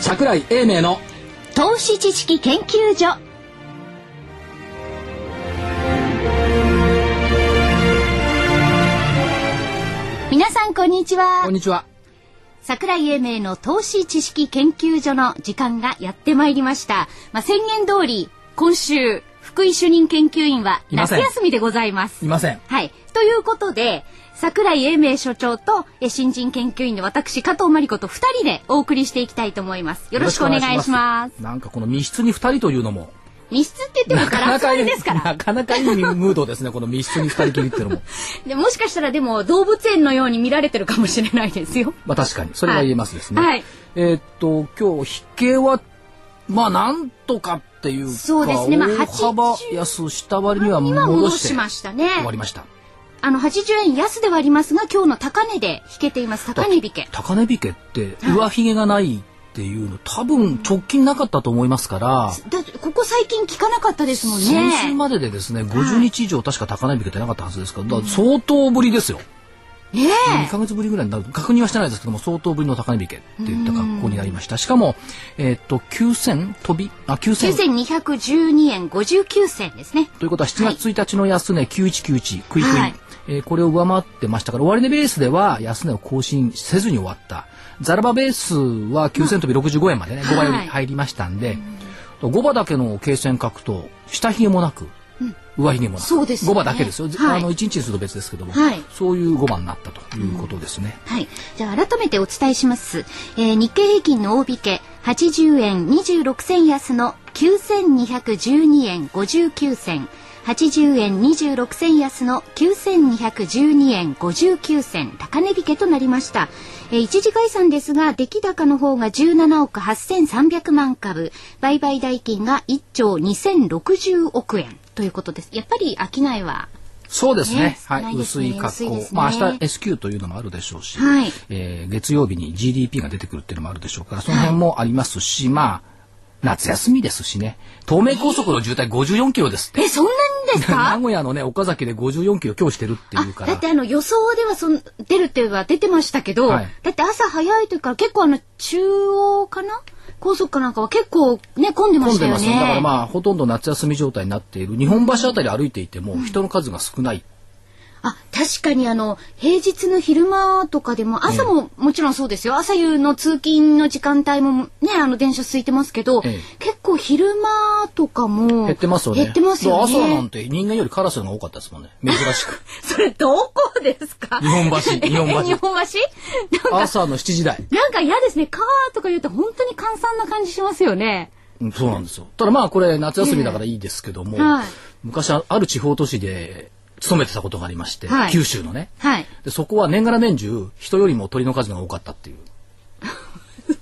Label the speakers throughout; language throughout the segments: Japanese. Speaker 1: 桜井英明の
Speaker 2: 投資知識研究所皆さんこんにちは
Speaker 1: こんにちは
Speaker 2: 桜井英明の投資知識研究所の時間がやってまいりました、まあ、宣言通り今週福井主任研究員はい
Speaker 1: ませ
Speaker 2: 夏
Speaker 1: ん
Speaker 2: 休みでございます
Speaker 1: いません
Speaker 2: はい。ということで、桜井英明所長とえ新人研究員の私、加藤真理子と2人でお送りしていきたいと思います。よろしくお願いします。
Speaker 1: なんかこの密室に二人というのも
Speaker 2: 密室って言ってもガラス張りですから。
Speaker 1: なかなかいいムードですねこの密室に二人きりっていうのも
Speaker 2: でもしかしたらでも動物園のように見られてるかもしれないですよ。
Speaker 1: まあ確かにそれは言えますですね、
Speaker 2: はいはい
Speaker 1: えーっと今日引けはまあなんとかっていうか
Speaker 2: そうですねまあ
Speaker 1: 大幅
Speaker 2: 80
Speaker 1: 安下割りには
Speaker 2: 今
Speaker 1: 戻
Speaker 2: 戻
Speaker 1: して
Speaker 2: しましたね。
Speaker 1: 終わりました
Speaker 2: あの、80円安ではありますが、今日の高値で引けています。高値引け。
Speaker 1: 高値引けって上髭がないっていうの多分直近なかったと思いますから、
Speaker 2: だって、ここ最近聞かなかったですもんね。
Speaker 1: 先週まででですね50日以上確か高値引けてなかったはずですからだから相当ぶりですよ、
Speaker 2: ね
Speaker 1: 2ヶ月ぶりぐらいになる確認はしてないですけども相当ぶりの高値引けっていった格好になりましたしかも、えーっと9000飛びあ
Speaker 2: え。
Speaker 1: 9000
Speaker 2: 9212円59銭ですね。
Speaker 1: ということは7月1日の安値9191クイクイ、
Speaker 2: はい
Speaker 1: えーこれを上回ってましたから終値ベースでは安値を更新せずに終わったザラバベースは9000飛び65円までね5倍より
Speaker 2: はい
Speaker 1: 入りましたんで、5場だけの経線格闘下髭もなく、上髭もなく
Speaker 2: そうですよね
Speaker 1: 5場だけですよ、
Speaker 2: は
Speaker 1: あ
Speaker 2: い
Speaker 1: の1日にすると別ですけども、
Speaker 2: はい
Speaker 1: そういう5番になったということですね。
Speaker 2: はい。じゃあ改めてお伝えします。えー日経平均の大引け80円26銭安の9212円59銭。80円26銭安の9212円59銭高値引けとなりました。えー一時概算ですが、出来高の方が17億8300万株、売買代金が1兆2060億円ということです。やっぱり商いは
Speaker 1: そうですね。
Speaker 2: ね
Speaker 1: は。
Speaker 2: 少ないいで
Speaker 1: 薄
Speaker 2: すね
Speaker 1: い格
Speaker 2: 薄い
Speaker 1: 好。
Speaker 2: ですね
Speaker 1: まあ明日 S q というのもあるでしょうし、
Speaker 2: はい
Speaker 1: えー月曜日に GDP が出てくるっていうのもあるでしょうから、その辺もありますし、まあ、夏休みですしね。東名高速の渋滞54キロです って。
Speaker 2: え、そんなにですか
Speaker 1: 名古屋のね、岡崎で54キロ今日してるっていうか
Speaker 2: あだっ
Speaker 1: ら
Speaker 2: て。あの予想ではそん出るっていうのは出てましたけど、
Speaker 1: はい
Speaker 2: だって朝早い時から結構あの中央かな高速かなんかは結構ね混んでま
Speaker 1: 混ん
Speaker 2: し
Speaker 1: で
Speaker 2: たよ
Speaker 1: ます
Speaker 2: ね。
Speaker 1: ね。だからまあ、ほとんど夏休み状態になっている。日本橋あたり歩いていても、人の数が少ない。
Speaker 2: あ確かにあの平日の昼間とかでも朝ももちろんそうですよ朝夕の通勤の時間帯もねあの電車空いてますけど、
Speaker 1: ええ
Speaker 2: 結構昼間とかも
Speaker 1: 減ってますよね。
Speaker 2: 減ってますよね
Speaker 1: 朝なんて人間よりカラスの方が多かったですもんね。珍しく。
Speaker 2: それどこですか
Speaker 1: 日本橋日本橋
Speaker 2: え 日本橋なんか
Speaker 1: 朝の7時台。
Speaker 2: なんか嫌ですねカーとか言うと本当に閑散な感じしますよね
Speaker 1: うんそうなんですよ。ただまあこれ夏休みだからいいですけども、
Speaker 2: ええはい
Speaker 1: 昔ある地方都市で勤めてたことがありまして、
Speaker 2: はい
Speaker 1: 九州のね。
Speaker 2: はい
Speaker 1: でそこは年がら年中人よりも鳥の数が多かったっていう。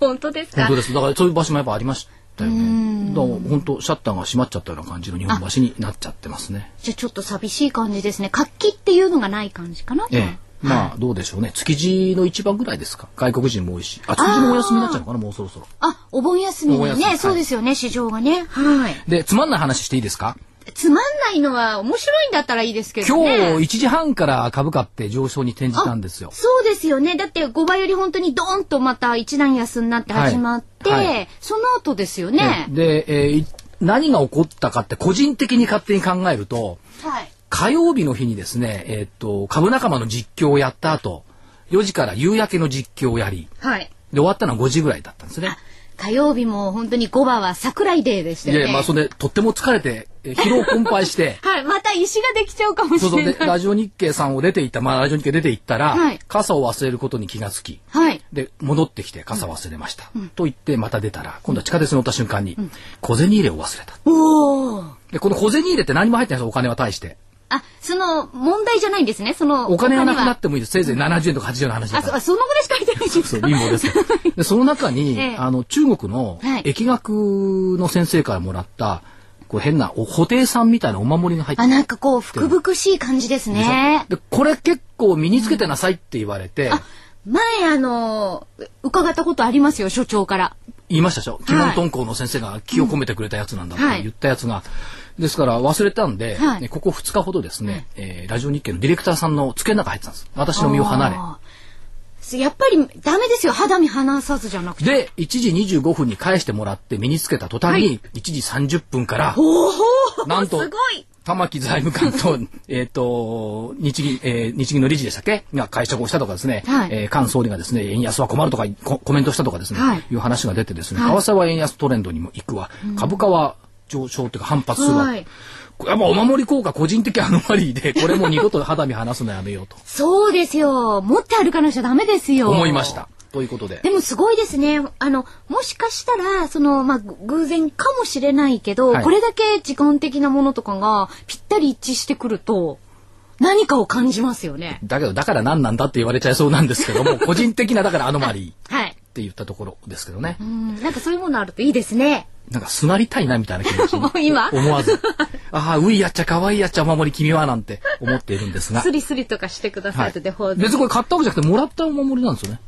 Speaker 2: 本当ですか
Speaker 1: 本当です。だからそういう場所もやっぱありましたよね。だから本当シャッターが閉まっちゃったような感じの日本橋になっちゃってますね。
Speaker 2: じゃあちょっと寂しい感じですね活気っていうのがない感じかな、
Speaker 1: ええ。まあどうでしょうね。築地の一番ぐらいですか。外国人も多いし。あ、築地もお休みになっちゃうのかな、もうそろそろ。
Speaker 2: あお盆休み
Speaker 1: お
Speaker 2: に
Speaker 1: 盆
Speaker 2: ね
Speaker 1: 休みはい
Speaker 2: そうですよね、市場がねはい
Speaker 1: で、つまんない話していいですか
Speaker 2: つまんないのは面白いんだったらいいですけど
Speaker 1: 今日
Speaker 2: ね
Speaker 1: 1時半から株価って上昇に転じたんですよ。
Speaker 2: そうですよねだって5倍より本当にドーンとまた一段安になって始まって、
Speaker 1: はいはい
Speaker 2: その後ですよね、
Speaker 1: で、えーい何が起こったかって個人的に勝手に考えると、
Speaker 2: はい
Speaker 1: 火曜日の日にですね、えーっと、株仲間の実況をやった後、4時から夕焼けの実況をやり、
Speaker 2: はい
Speaker 1: で、終わったのは5時ぐらいだったんですね。
Speaker 2: 火曜日も本当に5番は桜井デーでした
Speaker 1: い
Speaker 2: よね
Speaker 1: や、まあ、それで、とっても疲れて、えー疲労困憊し て、
Speaker 2: はいまた石ができちゃうかもし
Speaker 1: そうそう、
Speaker 2: れない
Speaker 1: で、ラジオ日経さんを出ていった、まあ、ラジオ日経出て行ったら、
Speaker 2: はい
Speaker 1: 傘を忘れることに気がつき、
Speaker 2: はい
Speaker 1: で、戻ってきて、傘忘れました。と言って、また出たら、今度は地下鉄に乗った瞬間に、小銭入れを忘れた。
Speaker 2: おお
Speaker 1: で、この小銭入れって何も入ってないんですよ、お金は対して。
Speaker 2: あ、その、問題じゃないんですね。その、。
Speaker 1: お金がなくなっててもいいです。せいぜい70円とか80円の話だ
Speaker 2: あ、
Speaker 1: か
Speaker 2: そ
Speaker 1: ら。
Speaker 2: あそのぐらいしか入ってないんですか
Speaker 1: そう貧乏 ですよでその中に、
Speaker 2: ええ
Speaker 1: あの中国の
Speaker 2: はい
Speaker 1: 疫学の先生からもらったこう変なお布袋さんみたいなお守りが入って
Speaker 2: あ、
Speaker 1: る
Speaker 2: なんかこう、福々しい感じですね。
Speaker 1: でこれ結構身につけてなさいって言われて、
Speaker 2: 前、あの、う伺ったことありますよ、所長から。
Speaker 1: 言いましたでしょ基本遁校の先生が気を込めてくれたやつなんだって言ったやつが、ですから忘れたんで、
Speaker 2: はい
Speaker 1: ねここ2日ほどですね、えーラジオ日経のディレクターさんの机の中入ってたんです私の身を離れ
Speaker 2: あーやっぱりダメですよ肌身離さずじゃなくて
Speaker 1: で、1時25分に返してもらって身につけた途端に、1時30分から、
Speaker 2: おお
Speaker 1: なんと
Speaker 2: すごい
Speaker 1: 玉木財務官 と、えっと、日銀、えー日銀の理事でしたっけが会食をしたとかですね、
Speaker 2: はい
Speaker 1: えー菅総理がですね、円安は困るとかココメントしたとかですね、
Speaker 2: はい
Speaker 1: い、う話が出てですね、
Speaker 2: はい
Speaker 1: 為替は円安トレンドにも行くわ、株価は上昇というか反発するわ。
Speaker 2: はい
Speaker 1: やっぱお守り効果個人的アノマリーで、これもう二度と肌身離すのやめようと
Speaker 2: そうですよ持って歩かなきゃダメですよ
Speaker 1: 思いました。ということで
Speaker 2: で。もすごいですね。あの、もしかしたら、その、まあ、ぐ偶然かもしれないけど、
Speaker 1: はい
Speaker 2: これだけ時間的なものとかがぴったり一致してくると、何かを感じますよね。
Speaker 1: だけど、だから何なんだって言われちゃいそうなんですけども、個人的なだからアノマリー っ
Speaker 2: はい。
Speaker 1: て言ったところですけどね
Speaker 2: う。ん、なんかそういうものあるといいですね。
Speaker 1: なんかすがりたいなみたいな気持ちに
Speaker 2: もう 今
Speaker 1: 思わず、ああ、ういやっちゃ可愛いやっちゃお守り君はなんて思っているんです が
Speaker 2: ス。リスリとかしてくださ
Speaker 1: はいい、
Speaker 2: と
Speaker 1: 別
Speaker 2: でほう
Speaker 1: にこれ買ったわけじゃなくてもらったお守りなんですよね。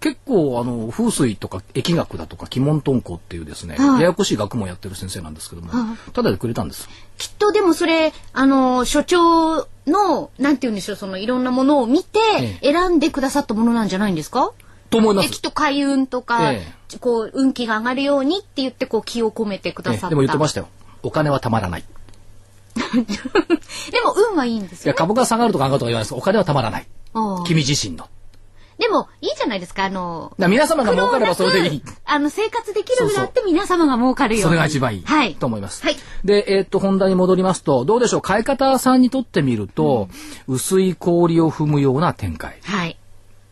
Speaker 1: 結構あの風水とか疫学だとか鬼門遁甲っていうですね、
Speaker 2: はい
Speaker 1: ややこしい学問やってる先生なんですけども、
Speaker 2: は
Speaker 1: ただでくれたんです。
Speaker 2: きっとでもそれ、あの、所長の、なんて言うんでしょう、そのいろんなものを見て、
Speaker 1: え
Speaker 2: 選んでくださったものなんじゃないんですか
Speaker 1: と思いま
Speaker 2: えきっ
Speaker 1: す。
Speaker 2: と開運とか、
Speaker 1: え
Speaker 2: こう運気が上がるようにって言ってこう気を込めてくだ
Speaker 1: え
Speaker 2: さった、
Speaker 1: えでも言ってましたよ。お金はたまらない。い
Speaker 2: でも運はいいんですよ
Speaker 1: や、株が下がるとか上がるとか言わないですけどお金はたまらない。
Speaker 2: ああ
Speaker 1: 君自身の。だか
Speaker 2: でもいいじゃないですかあの
Speaker 1: ら皆様が儲かればそれでい
Speaker 2: 苦
Speaker 1: い
Speaker 2: 労。なくあの生活できるようになっ
Speaker 1: そ
Speaker 2: て皆様が儲かるように
Speaker 1: それが一番いい、
Speaker 2: はい
Speaker 1: と思います。
Speaker 2: はい
Speaker 1: で、えーっと、本題に戻りますと、どうでしょう、買い方さんにとってみると、薄い氷を踏むような展開。
Speaker 2: はい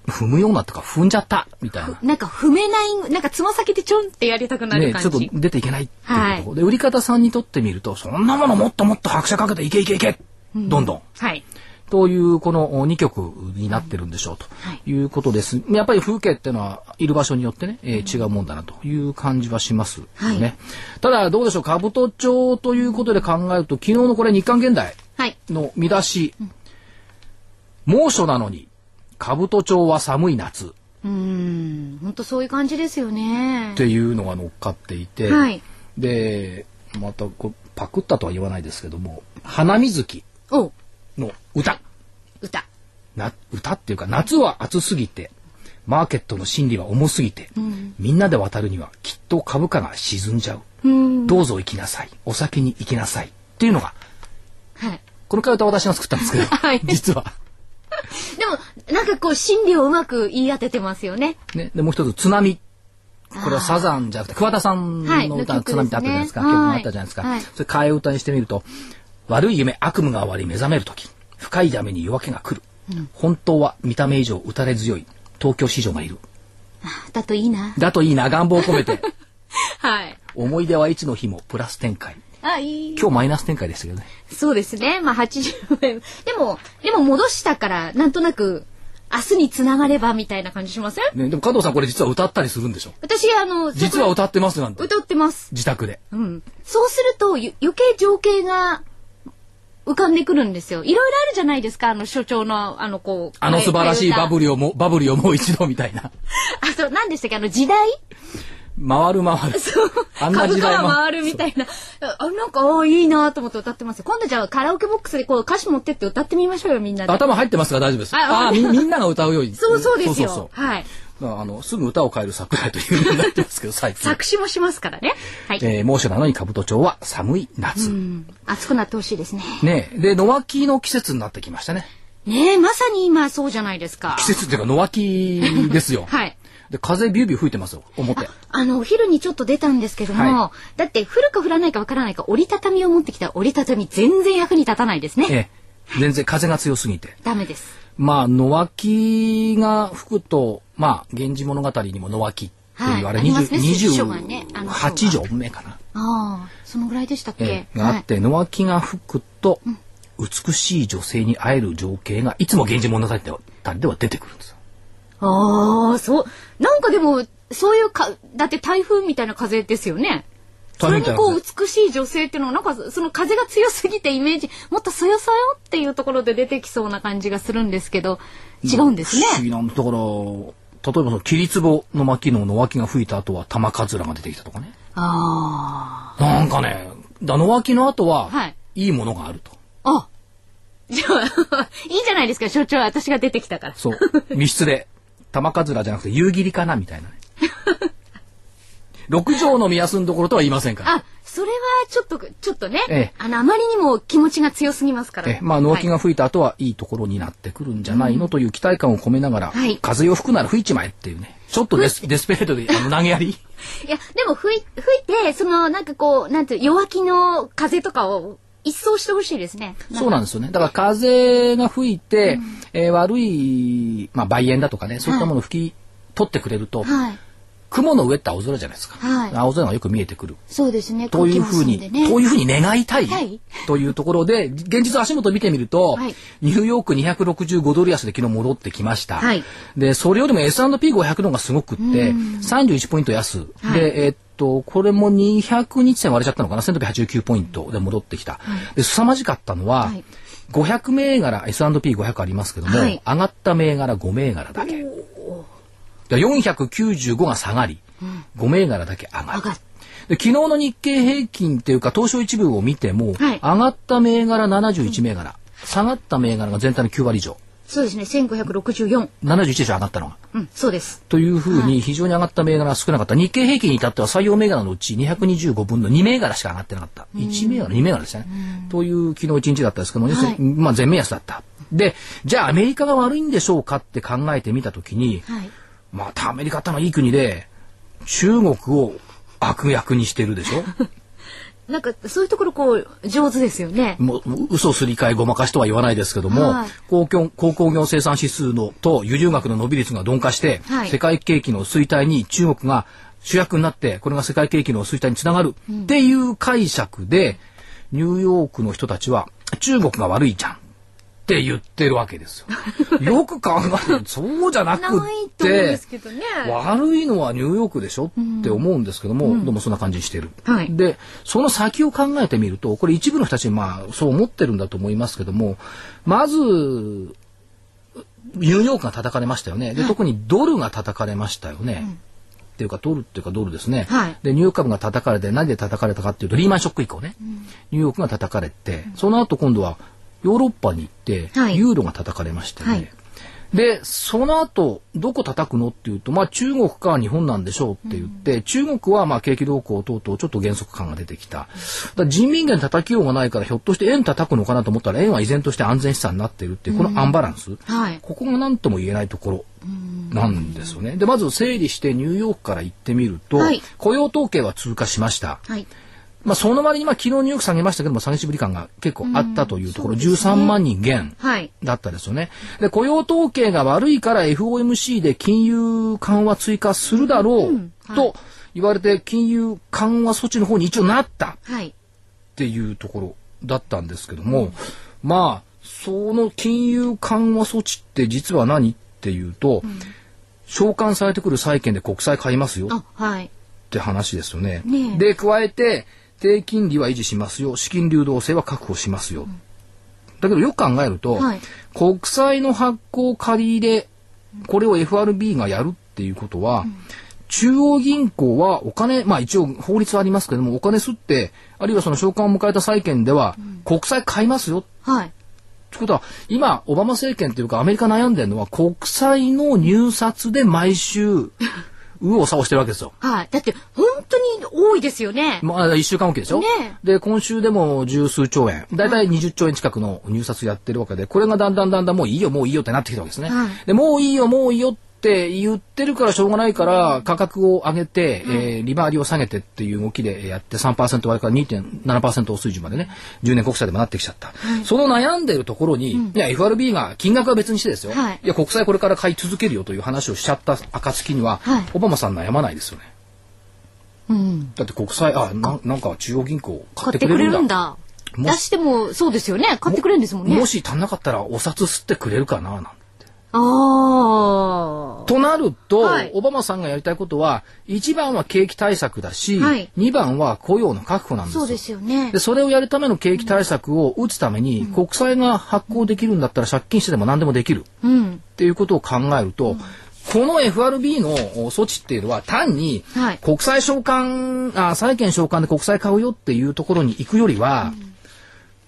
Speaker 1: 踏むようなとか、踏んじゃったみたいな。
Speaker 2: なんか踏めないなんかつま先でちょんってやりたくなる
Speaker 1: ね、ちょ
Speaker 2: 感
Speaker 1: っと
Speaker 2: じ、
Speaker 1: 出ていけないっていうところで、売り方さんにとってみると、そんなものもっともっと拍車かけていけいけいけ、どんどん。
Speaker 2: はい
Speaker 1: という、この2曲になってるんでしょうと
Speaker 2: はい
Speaker 1: いうことです。やっぱり風景っていうのは、いる場所によってね、えー違うもんだなという感じはしますよね。
Speaker 2: はい
Speaker 1: ただ、どうでしょう、兜町ということで考えると、昨日のこれ、日刊現代
Speaker 2: はい
Speaker 1: の見出し、猛暑なのに、兜町は寒い夏
Speaker 2: うーん本当そういう感じですよね
Speaker 1: っていうのが乗っかっていて、
Speaker 2: はい
Speaker 1: で、またこうパクったとは言わないですけども、花水木
Speaker 2: お
Speaker 1: の歌。
Speaker 2: 歌
Speaker 1: な歌っていうか夏は暑すぎてマーケットの心理は重すぎて、みんなで渡るにはきっと株価が沈んじゃう、
Speaker 2: うん
Speaker 1: どうぞ行きなさいお酒に行きなさいっていうのが
Speaker 2: はい
Speaker 1: この替え歌私が作ったんですけど、
Speaker 2: はい
Speaker 1: 実は、
Speaker 2: でもなんかこう心理をうまく言い当ててますよね
Speaker 1: ね、でもう一つ「津波」これはサザンじゃなくて桑田さん
Speaker 2: はい
Speaker 1: の歌「
Speaker 2: の曲ですね
Speaker 1: 津波」ってあったじゃないですか、曲
Speaker 2: はい
Speaker 1: があったじゃないですか、
Speaker 2: はい
Speaker 1: それ替え歌にしてみると「悪い夢悪夢が終わり目覚める時深いダメに夜明けが来る、本当は見た目以上打たれ強い東京市場がいる
Speaker 2: だといいな
Speaker 1: だといいな願望を込めて」
Speaker 2: はい
Speaker 1: 思い出はいつの日もプラス展開。
Speaker 2: あいい
Speaker 1: 今日マイナス展開でしたけどね。
Speaker 2: そうですね。まあ80円。でも、でも戻したから、なんとなく、明日につながればみたいな感じしません
Speaker 1: ねでも加藤さんこれ実は歌ったりするんでしょ
Speaker 2: 私、あの、
Speaker 1: 実は歌ってますなんて。
Speaker 2: 歌ってます。
Speaker 1: 自宅で。
Speaker 2: うん。そうすると、ゆ余計情景が浮かんでくるんですよ。いろいろあるじゃないですか、あの、所長の、あの、こう。
Speaker 1: あの素晴らしいバブ
Speaker 2: ル。
Speaker 1: リをも、バブリをもう一度みたいな。
Speaker 2: あ、そう、なんでしたっけ、あの、時代
Speaker 1: 回る回る。あんな
Speaker 2: 株
Speaker 1: 時
Speaker 2: 価
Speaker 1: 代
Speaker 2: が
Speaker 1: も。
Speaker 2: 回るみたいな。あ、なんか、あいいなと思って歌ってますよ。今度じゃあ、カラオケボックスでこう、歌詞持ってって歌ってみましょうよ、みんなで。
Speaker 1: 頭入ってますから大丈夫です。
Speaker 2: あ
Speaker 1: ああー、みみんなが歌うように。
Speaker 2: そうそうですよ。
Speaker 1: そうそうそう
Speaker 2: はい。
Speaker 1: だからあの、すぐ歌を変える桜井というのになってますけ ど、最近。
Speaker 2: 作詞もしますからね。はい。
Speaker 1: えー、猛暑なのに兜町は寒い夏。
Speaker 2: うん暑くなってほしいですね。
Speaker 1: ねえで、野脇の季節になってきましたね。
Speaker 2: ねえ、まさに今そうじゃないですか。
Speaker 1: 季節っていうか野脇ですよ。
Speaker 2: はい。
Speaker 1: で、風ビュービュー吹いてますよ、表。
Speaker 2: あの、お昼にちょっと出たんですけども、
Speaker 1: は
Speaker 2: だって降るか降らないかわからないか折りたたみを持ってきたら折りたたみ全然役に立たないですね。
Speaker 1: ええ、全然風が強すぎて。
Speaker 2: ダメです。
Speaker 1: まあ、野脇が吹くと、まあ、源氏物語にも野脇っていう、
Speaker 2: はい
Speaker 1: あれ
Speaker 2: ありますね師匠がねあの師
Speaker 1: 28
Speaker 2: 匠
Speaker 1: 畳目かな、
Speaker 2: ああ、そのぐらいでしたっ
Speaker 1: え
Speaker 2: け、
Speaker 1: え、が
Speaker 2: は
Speaker 1: あ
Speaker 2: い
Speaker 1: っ。て、野脇が吹くと、美しい女性に会える情景が、いつも源氏物語では出てくるんですよ。
Speaker 2: ああ、そう。なんかでも、そういうか、だって台風みたいな風ですよね。そ
Speaker 1: 台風
Speaker 2: れ
Speaker 1: みたいな
Speaker 2: にこ
Speaker 1: 風
Speaker 2: う美しい女性っていうのはなんかその風が強すぎてイメージもっとそよそよっていうところで出てきそうな感じがするんですけど違うんですね
Speaker 1: 不。思議なんだから、例えばその、桐壺の巻の野脇が吹いた後は、玉かずらが出てきたとかね。
Speaker 2: あ
Speaker 1: なんかね、だ野脇の後は、
Speaker 2: はい
Speaker 1: いいものがあると。
Speaker 2: あ。あ じゃあ、いいじゃないですか、所長。私が出てきたから。
Speaker 1: そう。密室で玉かずらじゃなくて夕霧かなみた いなね。6畳の宮住んどころとは言いませんから。
Speaker 2: あ、それはちょっと、ちょっとね、
Speaker 1: ええ
Speaker 2: あの、あまりにも気持ちが強すぎますから。
Speaker 1: えまあ、納期
Speaker 2: は
Speaker 1: が
Speaker 2: い
Speaker 1: 吹いた後はいいところになってくるんじゃないのという期待感を込めながら、
Speaker 2: はい
Speaker 1: 風を吹くなら吹いちまえっていうね。ちょっとデスデスペレートであの投げやり。
Speaker 2: いや、でも吹い、吹いて、その、なんかこう、なんていう、弱気の風とかを一掃してほしいですね。
Speaker 1: そうなんですよね。だから風が吹いて、えー悪い、まあ、梅煙だとかね、そういったものを吹き取ってくれると、
Speaker 2: はい。
Speaker 1: 雲の上って青空じゃないですか。
Speaker 2: はい
Speaker 1: 青空がよく見えてくる。
Speaker 2: そうですね。
Speaker 1: というふうに、
Speaker 2: 空気も澄んでね
Speaker 1: というふうに願いたい
Speaker 2: はい
Speaker 1: というところで、現実足元見てみると、
Speaker 2: はい
Speaker 1: ニューヨーク265ドル安で昨日戻ってきました。
Speaker 2: はい
Speaker 1: で、それよりも S&P500 の方がすごくって、31ポイント安。
Speaker 2: はい
Speaker 1: で、えっと、これも200日線割れちゃったのかな、1689ポイントで戻ってきた。で、凄まじかったのは、
Speaker 2: はい
Speaker 1: 500銘柄、S&P500 ありますけども、
Speaker 2: はい
Speaker 1: 上がった銘柄5銘柄だけ。で495が下がり、5銘柄だけ上が
Speaker 2: 上
Speaker 1: る
Speaker 2: がる。
Speaker 1: で昨日の日経平均っていうか東証一部を見ても、
Speaker 2: はい
Speaker 1: 上がった銘柄71銘柄、下がった銘柄が全体の9割以上
Speaker 2: そうですね。1564。
Speaker 1: 71以上上がったのが。
Speaker 2: うん、そうです。
Speaker 1: というふうに非常に上がった銘柄が少なかった、日経平均に至っては採用銘柄のうち225分の2銘柄しか上がってなかった1銘柄2銘柄ですねという昨日1日だったんですけども、要するにまあ、全面安だったでじゃあアメリカが悪いんでしょうかって考えてみたときに、
Speaker 2: はい。
Speaker 1: またアメリカってのはいい国で中国を悪役にしてるでしょ
Speaker 2: なんか、そういうところ、こう、上手ですよね。
Speaker 1: もう嘘すり替えごまかしとは言わないですけども、
Speaker 2: はい
Speaker 1: 公共鉱工業生産指数のと輸入額の伸び率が鈍化して、
Speaker 2: はい
Speaker 1: 世界景気の衰退に中国が主役になってこれが世界景気の衰退につながるっていう解釈で、ニューヨークの人たちは中国が悪いじゃんって言ってるわけ ですよ。よく考えてそうじゃなく
Speaker 2: な
Speaker 1: っ
Speaker 2: いと思うん
Speaker 1: て
Speaker 2: ですけどね。
Speaker 1: 悪いのはニューヨークでしょって思うんですけども、でもそんな感じにしてる、
Speaker 2: はい
Speaker 1: でその先を考えてみるとこれ一部の人たちまあそう思ってるんだと思いますけどもまずニューヨークが叩かれましたよねで特にドルが叩かれましたよね、っていうかドルっていうかドルですね、
Speaker 2: はい
Speaker 1: でニューヨーク株が叩かれて何で叩かれたかっていうとリーマンショック以降ね、ニューヨークが叩かれて、その後今度はヨーロッパに行って、
Speaker 2: はい
Speaker 1: ユーロが叩かれましてね、
Speaker 2: はい
Speaker 1: でその後どこ叩くのっていうと、まあ、中国か日本なんでしょうって言って、中国はまあ景気動向等々ちょっと減速感が出てきただから人民元叩きようがないからひょっとして円叩くのかなと思ったら円は依然として安全資産になっているっていうこのアンバランス、
Speaker 2: はい。
Speaker 1: ここが何とも言えないところなんですよね。でまず整理してニューヨークから行ってみると、
Speaker 2: はい
Speaker 1: 雇用統計は通過しました。
Speaker 2: はい。
Speaker 1: まあ、その割にまあ昨日ニューヨーク下げましたけども下げしぶり感が結構あったというところ、13万人減
Speaker 2: はい。
Speaker 1: だったですよね。で雇用統計が悪いから FOMC で金融緩和追加するだろうと言われて金融緩和措置の方に一応なった。
Speaker 2: はい。
Speaker 1: っていうところだったんですけども、まあその金融緩和措置って実は何っていうと、償還されてくる債券で国債買いますよっ
Speaker 2: あ、はい。
Speaker 1: て話ですよね。
Speaker 2: ねえ
Speaker 1: で加えて低金利は維持しますよ資金流動性は確保しますよ。だけどよく考えると、
Speaker 2: はい
Speaker 1: 国債の発行借り入れこれを FRB がやるっていうことは、中央銀行はお金まあ一応法律はありますけどもお金吸ってあるいはその償還を迎えた債券では、国債買いますよ
Speaker 2: はい。
Speaker 1: ってことは今オバマ政権というかアメリカ悩んでるのは国債の入札で毎 週右往左往してるわけですよ。
Speaker 2: はい。だって、本当に多いですよね。
Speaker 1: まあ、一週間おきでしょ、
Speaker 2: ね
Speaker 1: で、今週でも十数兆円、だいたい20兆円近くの入札やってるわけで、これがだんだんだんだんもういいよ、もういいよってなってきたわけですね。
Speaker 2: はい
Speaker 1: で、もういいよ、もういいよって言ってるからしょうがないから、価格を上げて、えー利回りを下げてっていう動きでやって3%割れから2.7%水準までね、10年国債でもなってきちゃった。その悩んでるところに、いや、FRB が金額は別にしてですよ、
Speaker 2: はい
Speaker 1: や、国債これから買い続けるよという話をしちゃった暁には、
Speaker 2: はい
Speaker 1: オバマさん悩まないですよね。
Speaker 2: うん。
Speaker 1: だって国債あななんか中央銀行買っ
Speaker 2: 買ってて
Speaker 1: く
Speaker 2: く
Speaker 1: れ
Speaker 2: れ
Speaker 1: るん
Speaker 2: る
Speaker 1: だ
Speaker 2: んだ。出
Speaker 1: もし
Speaker 2: しても、そうですよね。買ってくれるんですもんね。
Speaker 1: もし足んなかったらお札吸ってくれるかななんて
Speaker 2: あ
Speaker 1: となると、
Speaker 2: はい
Speaker 1: オバマさんがやりたいことは1番は景気対策だし、
Speaker 2: はい
Speaker 1: 2番は雇用の確保なん
Speaker 2: あ、
Speaker 1: です
Speaker 2: そ
Speaker 1: よ
Speaker 2: うですよね
Speaker 1: で。それをやるための景気対策を打つために、国債が発行できるんだったら借金してでも何でもできる
Speaker 2: うん。
Speaker 1: っていうことを考えると、この FRB の措置っていうのは単に
Speaker 2: はい
Speaker 1: 国債償還、あ債券償還で国債買うよっていうところに行くよりは、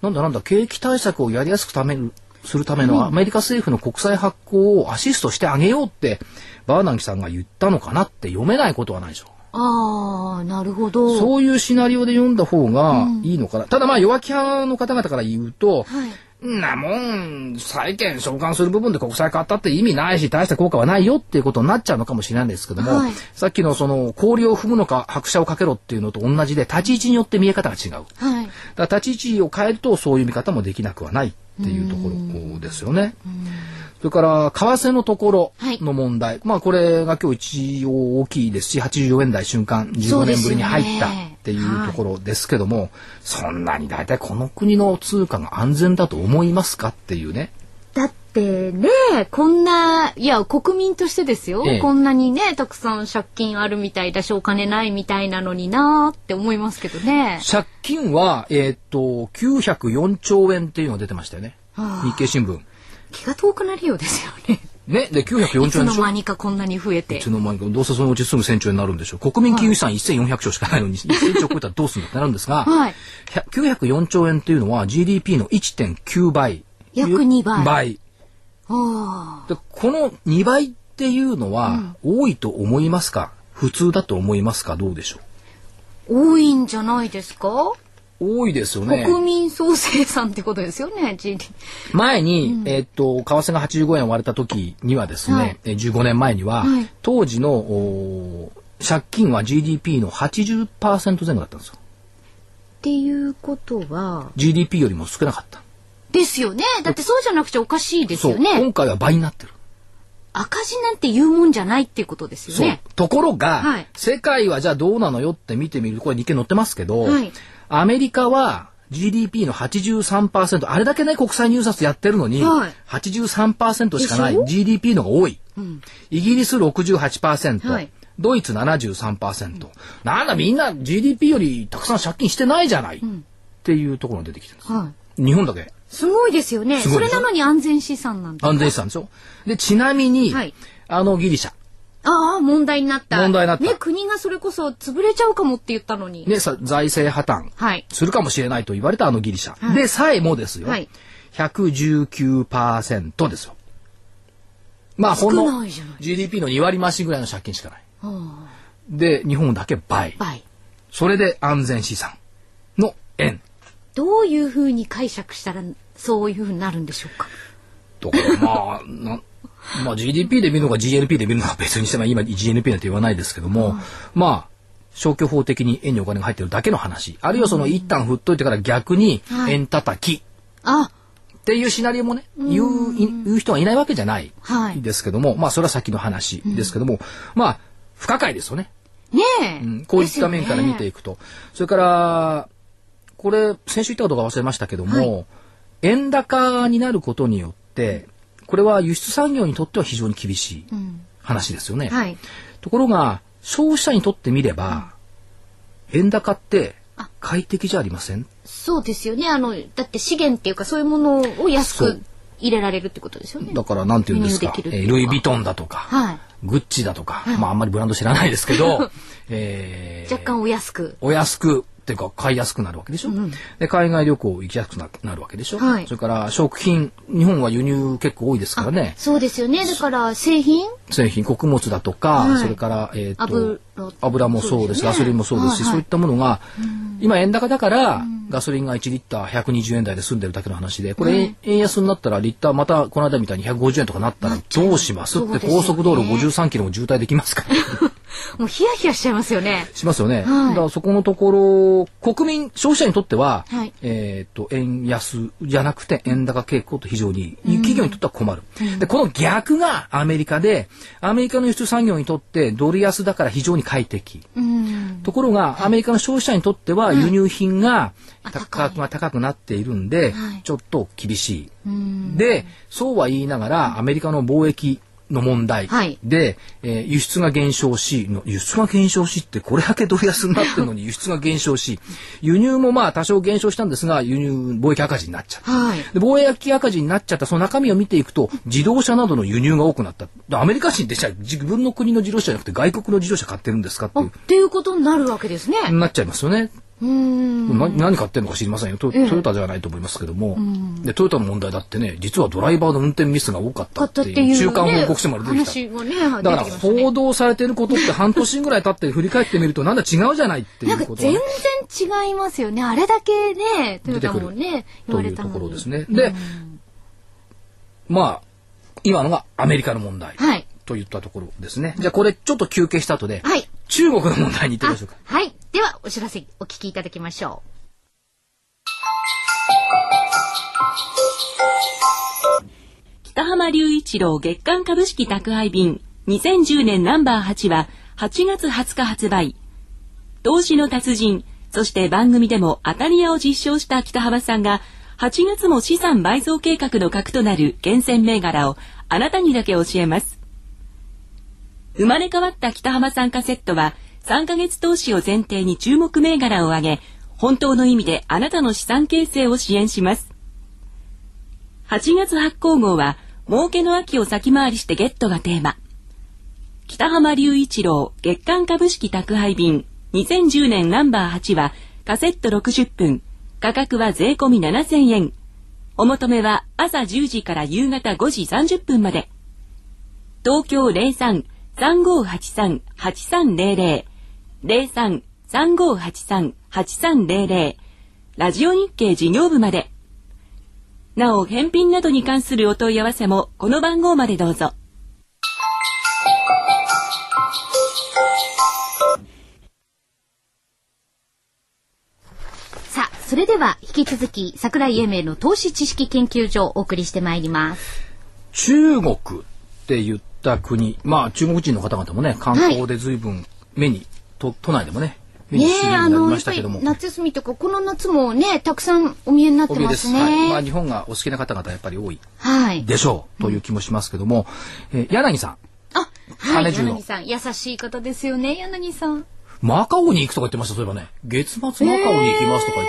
Speaker 1: なんだなんだ景気対策をやりやすくためるするためのアメリカ政府の国債発行をアシストしてあげようって、バーナンキさんが言ったのかなって読めないことはないでしょう。
Speaker 2: ああ、なるほど。
Speaker 1: そういうシナリオで読んだ方がいいのかな。ただまあ弱気派の方々から言うと、
Speaker 2: はい。
Speaker 1: んなもん、債券償還する部分で国債買ったって意味ないし、大した効果はないよっていうことになっちゃうのかもしれないんですけども、
Speaker 2: はい
Speaker 1: さっきのその、氷を踏むのか、拍車をかけろっていうのと同じで、立ち位置によって見え方が違う。だか
Speaker 2: はい。
Speaker 1: ら立ち位置を変えると、そういう見方もできなくはないっていうところですよね。それから、為替のところの問題。まあ、これが今日一応大きいですし、84円台瞬間、
Speaker 2: そう
Speaker 1: 15
Speaker 2: で
Speaker 1: 年
Speaker 2: す
Speaker 1: ぶ
Speaker 2: よ
Speaker 1: りに
Speaker 2: ね
Speaker 1: 入ったっていうところですけども、そんなに大体この国の通貨が安全だと思いますかっていうね。
Speaker 2: だってね、こんな、いや、国民としてですよ、
Speaker 1: ええ
Speaker 2: こんなにね、たくさん借金あるみたいだし、お金ないみたいなのになーって思いますけどね。
Speaker 1: 借金は、えーっと、904兆円っていうのが出てましたよね。
Speaker 2: はあ
Speaker 1: 日経新聞。
Speaker 2: 気が遠くなるようですよね。
Speaker 1: ね、で、
Speaker 2: い
Speaker 1: 904兆
Speaker 2: つ
Speaker 1: 円で
Speaker 2: の
Speaker 1: しょ
Speaker 2: 間。にかこんなに増えて
Speaker 1: いつ。の間にかどうせそのうちすぐ1000兆円になるんでしょう。国民金融資産1400兆しかないのに、1000兆超えたらどうするんだってなるんですが、
Speaker 2: はい
Speaker 1: 100 904兆円っていうのは GDP の1.9倍。
Speaker 2: 約2倍
Speaker 1: 倍。
Speaker 2: あ
Speaker 1: でこの2倍っていうのは、多いと思いますか、普通だと思いますかどうでしょう
Speaker 2: あ、多いんじゃないですか、
Speaker 1: 多いですよね。
Speaker 2: 国民総生産ってことですよね、GD。
Speaker 1: 前に、えっと、為替が85円割れた時にはですね、
Speaker 2: はい
Speaker 1: え15年前には、
Speaker 2: はい
Speaker 1: 当時のおー借金は GDP の80%前後だったんですよ。
Speaker 2: っていうことは、
Speaker 1: GDP よりも少なかった。
Speaker 2: ですよね。だってそうじゃなくちゃおかしいですよね。
Speaker 1: 今回は倍になってる。
Speaker 2: 赤字なんて言うもんじゃないっていうことですよ
Speaker 1: そう
Speaker 2: ね。。
Speaker 1: ところが、
Speaker 2: はい
Speaker 1: 世界はじゃあどうなのよって見てみると、これ日経載ってますけど、
Speaker 2: はい
Speaker 1: アメリカは GDP の83%、あれだけね、国際入札やってるのに、
Speaker 2: はい
Speaker 1: 83%しかな
Speaker 2: でしょ
Speaker 1: い GDP のが多い。
Speaker 2: うん。
Speaker 1: イギリス68%、
Speaker 2: はい
Speaker 1: ドイツ73%、なんだみんな GDP よりたくさん借金してないじゃない、っていうところが出てきてるんです。
Speaker 2: はい。
Speaker 1: 日本だけ
Speaker 2: すごいですよね。
Speaker 1: すご
Speaker 2: そ
Speaker 1: いで
Speaker 2: れ
Speaker 1: しょ
Speaker 2: なのに安全資産なんだ。
Speaker 1: 安全資産でしょで、ちなみに、
Speaker 2: はい
Speaker 1: あのギリシャ。
Speaker 2: ああ、問題になった。
Speaker 1: 問題になった
Speaker 2: ね、国がそれこそ潰れちゃうかもって言ったのに。
Speaker 1: ね、さ財政破綻
Speaker 2: はい。
Speaker 1: するかもしれないと言われたあのギリシャ。で、さえもですよ。
Speaker 2: はい
Speaker 1: 119%ですよ。まあ、ほん
Speaker 2: 少
Speaker 1: の
Speaker 2: ないじゃない
Speaker 1: GDP の2割増しぐらいの借金しかない。
Speaker 2: はあ
Speaker 1: で、日本だけ倍。
Speaker 2: 倍。
Speaker 1: それで安全資産の円。
Speaker 2: どういうふうに解釈したら、そういうふうになるんでしょうか。
Speaker 1: だからまあ、 なまあ GDP で見るのか GNP で見るのか別にしても今 GNP なんて言わないですけども、まあ、消去法的に円にお金が入ってるだけの話。あるいはその一旦振っといてから逆に
Speaker 2: はい
Speaker 1: 円叩き
Speaker 2: あ、
Speaker 1: っていうシナリオもね、言うい、言う人はいないわけじゃない
Speaker 2: はい
Speaker 1: ですけども、まあそれは先の話ですけども、まあ、不可解ですよね。
Speaker 2: ねえ。
Speaker 1: うんこういった面から見てい
Speaker 2: く。
Speaker 1: くと。それから、これ、先週言ったことが忘れましたけども、円高になることによって、これは輸出産業にとっては非常に厳しい
Speaker 2: うん。
Speaker 1: 話ですよね。
Speaker 2: はい。
Speaker 1: ところが、消費者にとってみれば、円高って快適じゃありません
Speaker 2: そうですよね。あの、だって資源っていうかそういうものを安
Speaker 1: そ
Speaker 2: く
Speaker 1: う
Speaker 2: 入れられるってことですよね。
Speaker 1: だから、なんて言うんですか、
Speaker 2: 輸入できるとか
Speaker 1: えールイ・ヴィトンだとか、
Speaker 2: はい。
Speaker 1: グッチだとか、まああんまりブランド知らないですけ ど、えー
Speaker 2: 若干お安く。
Speaker 1: お安くっていうか買いやすくなるわけでしょ、で海外旅行行きやすくななるわけでしょ、
Speaker 2: はい
Speaker 1: それから食品日本は輸入結構多いですからね
Speaker 2: そうですよね。だから製品
Speaker 1: 製品穀物だとか、
Speaker 2: はい
Speaker 1: それから、えー、
Speaker 2: 油
Speaker 1: と油もそうです
Speaker 2: そう
Speaker 1: ガ
Speaker 2: ですよね
Speaker 1: ソリンもそうですし、
Speaker 2: はいはい
Speaker 1: そういったものが今円高だからガソリンが1リッター120円台で済んでるだけの話でこれ、円安になったらリッターまたこの間みたいに150円とかなったらどうします
Speaker 2: そう
Speaker 1: って
Speaker 2: ですよね
Speaker 1: 高速道路53キロも渋滞できますから
Speaker 2: もうヒヤヒヤしちゃいますよね。
Speaker 1: しますよね。
Speaker 2: はい
Speaker 1: だからそこのところ、国民、消費者にとっては、
Speaker 2: はい
Speaker 1: えっ、と、円安じゃなくて円高傾向と非常にいい、企業にとっては困る、で、この逆がアメリカで、アメリカの輸出産業にとってドル安だから非常に快適。
Speaker 2: うん。
Speaker 1: ところが、アメリカの消費者にとっては輸入品が
Speaker 2: あ
Speaker 1: 価
Speaker 2: 高い
Speaker 1: 格が高くなっているんで、
Speaker 2: はい
Speaker 1: ちょっと厳しい。
Speaker 2: うん。
Speaker 1: で、そうは言いながら、アメリカの貿易の問題
Speaker 2: はい
Speaker 1: で、えー輸出が減少しの、輸出が減少しってこれだけドル安になってるの に輸出が減少し、輸入もまあ多少減少したんですが、輸入貿易赤字になっちゃった。
Speaker 2: はい。
Speaker 1: で貿易赤字になっちゃったその中身を見ていくと自動車などの輸入が多くなったでアメリカ人でじゃあ自分の国の自動車じゃなくて外国の自動車買ってるんですかってい
Speaker 2: あ、っ
Speaker 1: う
Speaker 2: ていうことになるわけですね。
Speaker 1: なっちゃいますよね。
Speaker 2: うーん
Speaker 1: な何買ってるのか知りませんよト,、
Speaker 2: ええ
Speaker 1: トヨタじゃないと思いますけども、
Speaker 2: ん
Speaker 1: でトヨタの問題だってね実はドライバーの運転ミスが多かった
Speaker 2: 買
Speaker 1: っ
Speaker 2: った
Speaker 1: て
Speaker 2: って
Speaker 1: い
Speaker 2: いうう
Speaker 1: 中間報告書まで出てきた。
Speaker 2: ね、話もね
Speaker 1: だから
Speaker 2: 出てきましたね
Speaker 1: 報道されてることって半年ぐらい経って振り返ってみるとなんだ違うじゃないってい
Speaker 2: なん
Speaker 1: う
Speaker 2: か
Speaker 1: ことが
Speaker 2: 全
Speaker 1: ね
Speaker 2: 然違いますよね。あれだけね、トヨタもね、言
Speaker 1: と
Speaker 2: わ
Speaker 1: い
Speaker 2: れ
Speaker 1: う
Speaker 2: た
Speaker 1: と
Speaker 2: のに
Speaker 1: ころですね。で、まあ今のがアメリカの問題
Speaker 2: はい。
Speaker 1: といったところですね。じゃあこれちょっと休憩した後で
Speaker 2: はい。
Speaker 1: 中国の問題に行ってみましょうか
Speaker 2: あ。はい。では、お知らせ、お聞きいただきましょ
Speaker 3: 北浜隆一郎月刊株式宅配便2010年ナンバー8は8月20日発売。投資の達人、そして番組でも当たり屋を実証した北浜さんが8月も資産倍増計画の核となる厳選銘柄をあなたにだけ教えます。生まれ変わった北浜さんカセットは3ヶ月投資を前提に注目銘柄を挙げ、本当の意味であなたの資産形成を支援します。8月発行号は、儲けの秋を先回りしてゲットがテーマ。北浜隆一郎月刊株式宅配便2010年ナンバー8はカセット60分。価格は税込み7000円。お求めは朝10時から夕方5時30分まで。東京03-3583-8300。03-3583-8300。ラジオ日経事業部まで。なお、返品などに関するお問い合わせも、この番号までどうぞ。
Speaker 2: う。さあ、それでは、引き続き、桜井英明の投資知識研究所をお送りしてまいります。
Speaker 1: 中国って言った国、まあ中国人の方々もね、観光で随分目に、と都内でもね、目にするようになりましたけども。
Speaker 2: 夏休みとか、この夏もね、たくさんお見えになって
Speaker 1: お見え
Speaker 2: ま
Speaker 1: です。
Speaker 2: す
Speaker 1: はい。まあ
Speaker 2: ね。
Speaker 1: 日本がお好きな方々やっぱり多い
Speaker 2: はい。
Speaker 1: でしょうという気もしますけども、えー柳さん、
Speaker 2: あ、はい、
Speaker 1: 金十郎
Speaker 2: 柳さん。優しい方ですよね、柳さん。
Speaker 1: マカオに行くとか言ってました、そういえばね。月末マカオに行きますとか言っ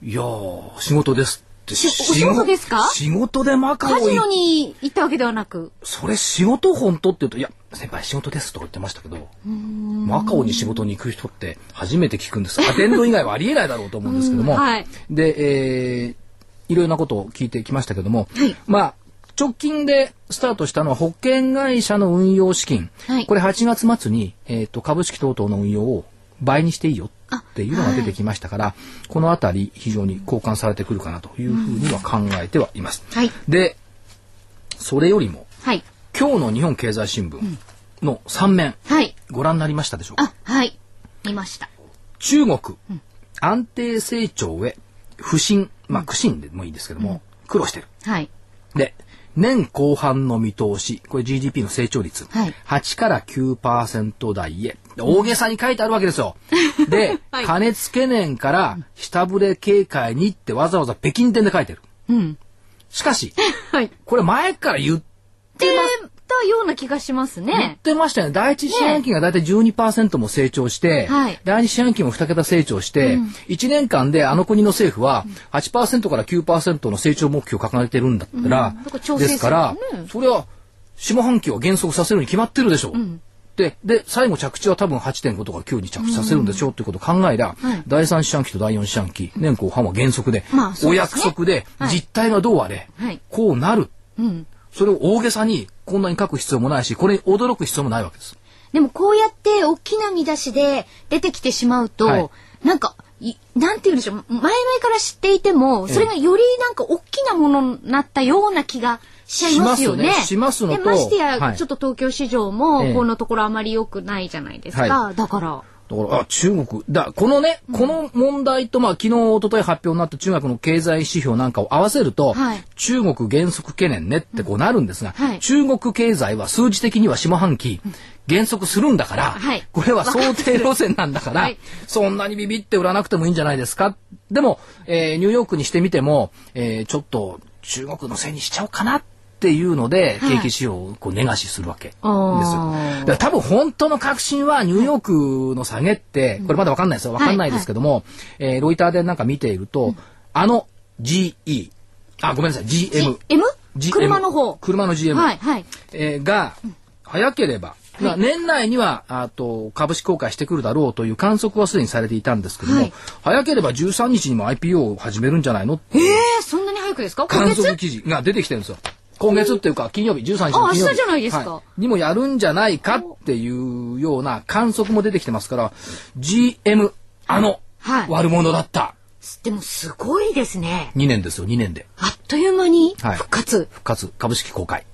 Speaker 1: て。いやー、仕事ですって。
Speaker 2: しお仕事ですか
Speaker 1: 仕事でマカ
Speaker 2: カ
Speaker 1: オ
Speaker 2: ジ
Speaker 1: 行
Speaker 2: ノ
Speaker 1: く。
Speaker 2: に行ったわけではなく。
Speaker 1: それ仕事本当って言うと、いや、先輩仕事ですとか言ってましたけど、マカオに仕事に行く人って初めて聞くんです。アテンド以外はありえないだろうと思うんですけども。
Speaker 2: うんはい
Speaker 1: で、えーいろいろなことを聞いてきましたけども、まあ、直近でスタートしたのは保険会社の運用資金。
Speaker 2: はい
Speaker 1: これ8月末に、えー、と株式等々の運用を倍にしていいよっていうのが出てきましたから、このあたり非常に交換されてくるかなというふうには考えてはいます。
Speaker 2: はい
Speaker 1: で、それよりも、
Speaker 2: はい。
Speaker 1: 今日の日本経済新聞の3面、
Speaker 2: はい。
Speaker 1: ご覧になりましたでしょうか
Speaker 2: あ、はい。見ました。
Speaker 1: 中国、安定成長へ不振まあ苦心でもいいですけども、苦労してる
Speaker 2: はい。
Speaker 1: で年後半の見通しこれ GDP の成長率、
Speaker 2: はい
Speaker 1: 8から9%台へで大げさに書いてあるわけですよで、
Speaker 2: はい
Speaker 1: 加熱懸念から下振れ警戒にってわざわざ北京店で書いてる
Speaker 2: うん。
Speaker 1: しか し
Speaker 2: はい。
Speaker 1: これ前から言って
Speaker 2: ってたような気がします
Speaker 1: 言っ
Speaker 2: ね。
Speaker 1: てましたよね。第一四半期が大体12%も成長して、
Speaker 2: はい
Speaker 1: 第二四半期も2桁成長して、一1年間であの国の政府は8%から9%の成長目標を掲げてるんだったら
Speaker 2: うんだから、調整
Speaker 1: です
Speaker 2: る
Speaker 1: から、
Speaker 2: ね
Speaker 1: それは下半期は減速させるに決まってるでしょう。でで最後着地は多分8.5とか9に着地させるんでしょうっていうことを考えりゃ、
Speaker 2: はい
Speaker 1: 第3四半期と第4四半期年後半は減速で,、
Speaker 2: まあそう
Speaker 1: お
Speaker 2: です
Speaker 1: 約
Speaker 2: ね
Speaker 1: 束で、
Speaker 2: はい
Speaker 1: 実態がどうあれ、
Speaker 2: はい
Speaker 1: こうなる
Speaker 2: うん。
Speaker 1: それを大げさにこんなに書く必要もないしこれに驚く必要もないわけです。
Speaker 2: でもこうやって大きな見出しで出てきてしまうと、
Speaker 1: はい
Speaker 2: なんか、いなんて言うんでしょう、前々から知っていても、それがよりなんか大きなものになったような気がしちゃいますよね。
Speaker 1: しますねしますのと
Speaker 2: でましてや、
Speaker 1: はい
Speaker 2: ちょっと東京市場も、
Speaker 1: ええ
Speaker 2: このところあまり良くないじゃないですか。
Speaker 1: は
Speaker 2: だから、
Speaker 1: だから、あ、中国。だ、このね、この問題と、まあ、昨日、一昨日発表になった中国の経済指標なんかを合わせると、
Speaker 2: はい
Speaker 1: 中国減速懸念ねってこうなるんですが、
Speaker 2: うんはい
Speaker 1: 中国経済は数字的には下半期、減速するんだから、
Speaker 2: はい
Speaker 1: これは想定路線なんだから、
Speaker 2: はい
Speaker 1: そんなにビビって売らなくてもいいんじゃないですか。でも、えーニューヨークにしてみても、えーちょっと中国のせいにしちゃおうかなっていうので、
Speaker 2: はい
Speaker 1: 景気指標をこう、ネガシするわけ。ですよ
Speaker 2: あー
Speaker 1: だから多分本当の確信はニューヨークの下げって、これまだわかんないですよ。わかんないですけども、えーロイターでなんか見ていると、あの GE、あ、ごめんなさい、GM。
Speaker 2: GM?
Speaker 1: GM
Speaker 2: 車の方。
Speaker 1: 車の GM。
Speaker 2: はい、はい。
Speaker 1: えーが、早ければだから年内にはあと株式公開してくるだろうという観測はすでにされていたんですけども、
Speaker 2: はい
Speaker 1: 早ければ13日にも IPO を始めるんじゃないのって
Speaker 2: え
Speaker 1: いう
Speaker 2: ー、そんなに早くですか今
Speaker 1: 観
Speaker 2: 月
Speaker 1: 測記事が出てきてるんですよ。今月っていうか、金曜日、13日の金曜日。
Speaker 2: あ明日じゃないですか
Speaker 1: はにもやるんじゃないかっていうような観測も出てきてますから、GM、あの、
Speaker 2: はい
Speaker 1: 悪者だった。
Speaker 2: でもすごいですね。
Speaker 1: 2年ですよ、2年で。
Speaker 2: あっという間に
Speaker 1: はい
Speaker 2: 復活。
Speaker 1: 復活、株式公開。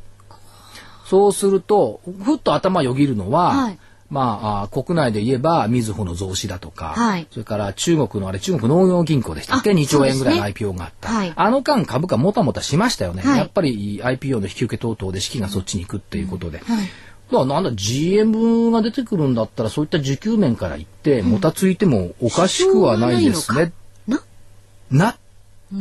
Speaker 1: そうすると、ふっと頭よぎるのは、
Speaker 2: はい
Speaker 1: まああ、国内で言えば、みずほの増資だとか、
Speaker 2: はい
Speaker 1: それから中国のあれ、中国農業銀行でしたっけ
Speaker 2: あ
Speaker 1: ?2 兆円ぐらいの
Speaker 2: そうで
Speaker 1: IPO があった。
Speaker 2: はい
Speaker 1: あの間株価もたもたしましたよね。
Speaker 2: はい
Speaker 1: やっぱり IPO の引き受け等々で資金がそっちに行くっていうことで。
Speaker 2: はい
Speaker 1: だからなんだ GM が出てくるんだったらそういった需給面から言って、もたついてもおかしくはないですね。
Speaker 2: な
Speaker 1: な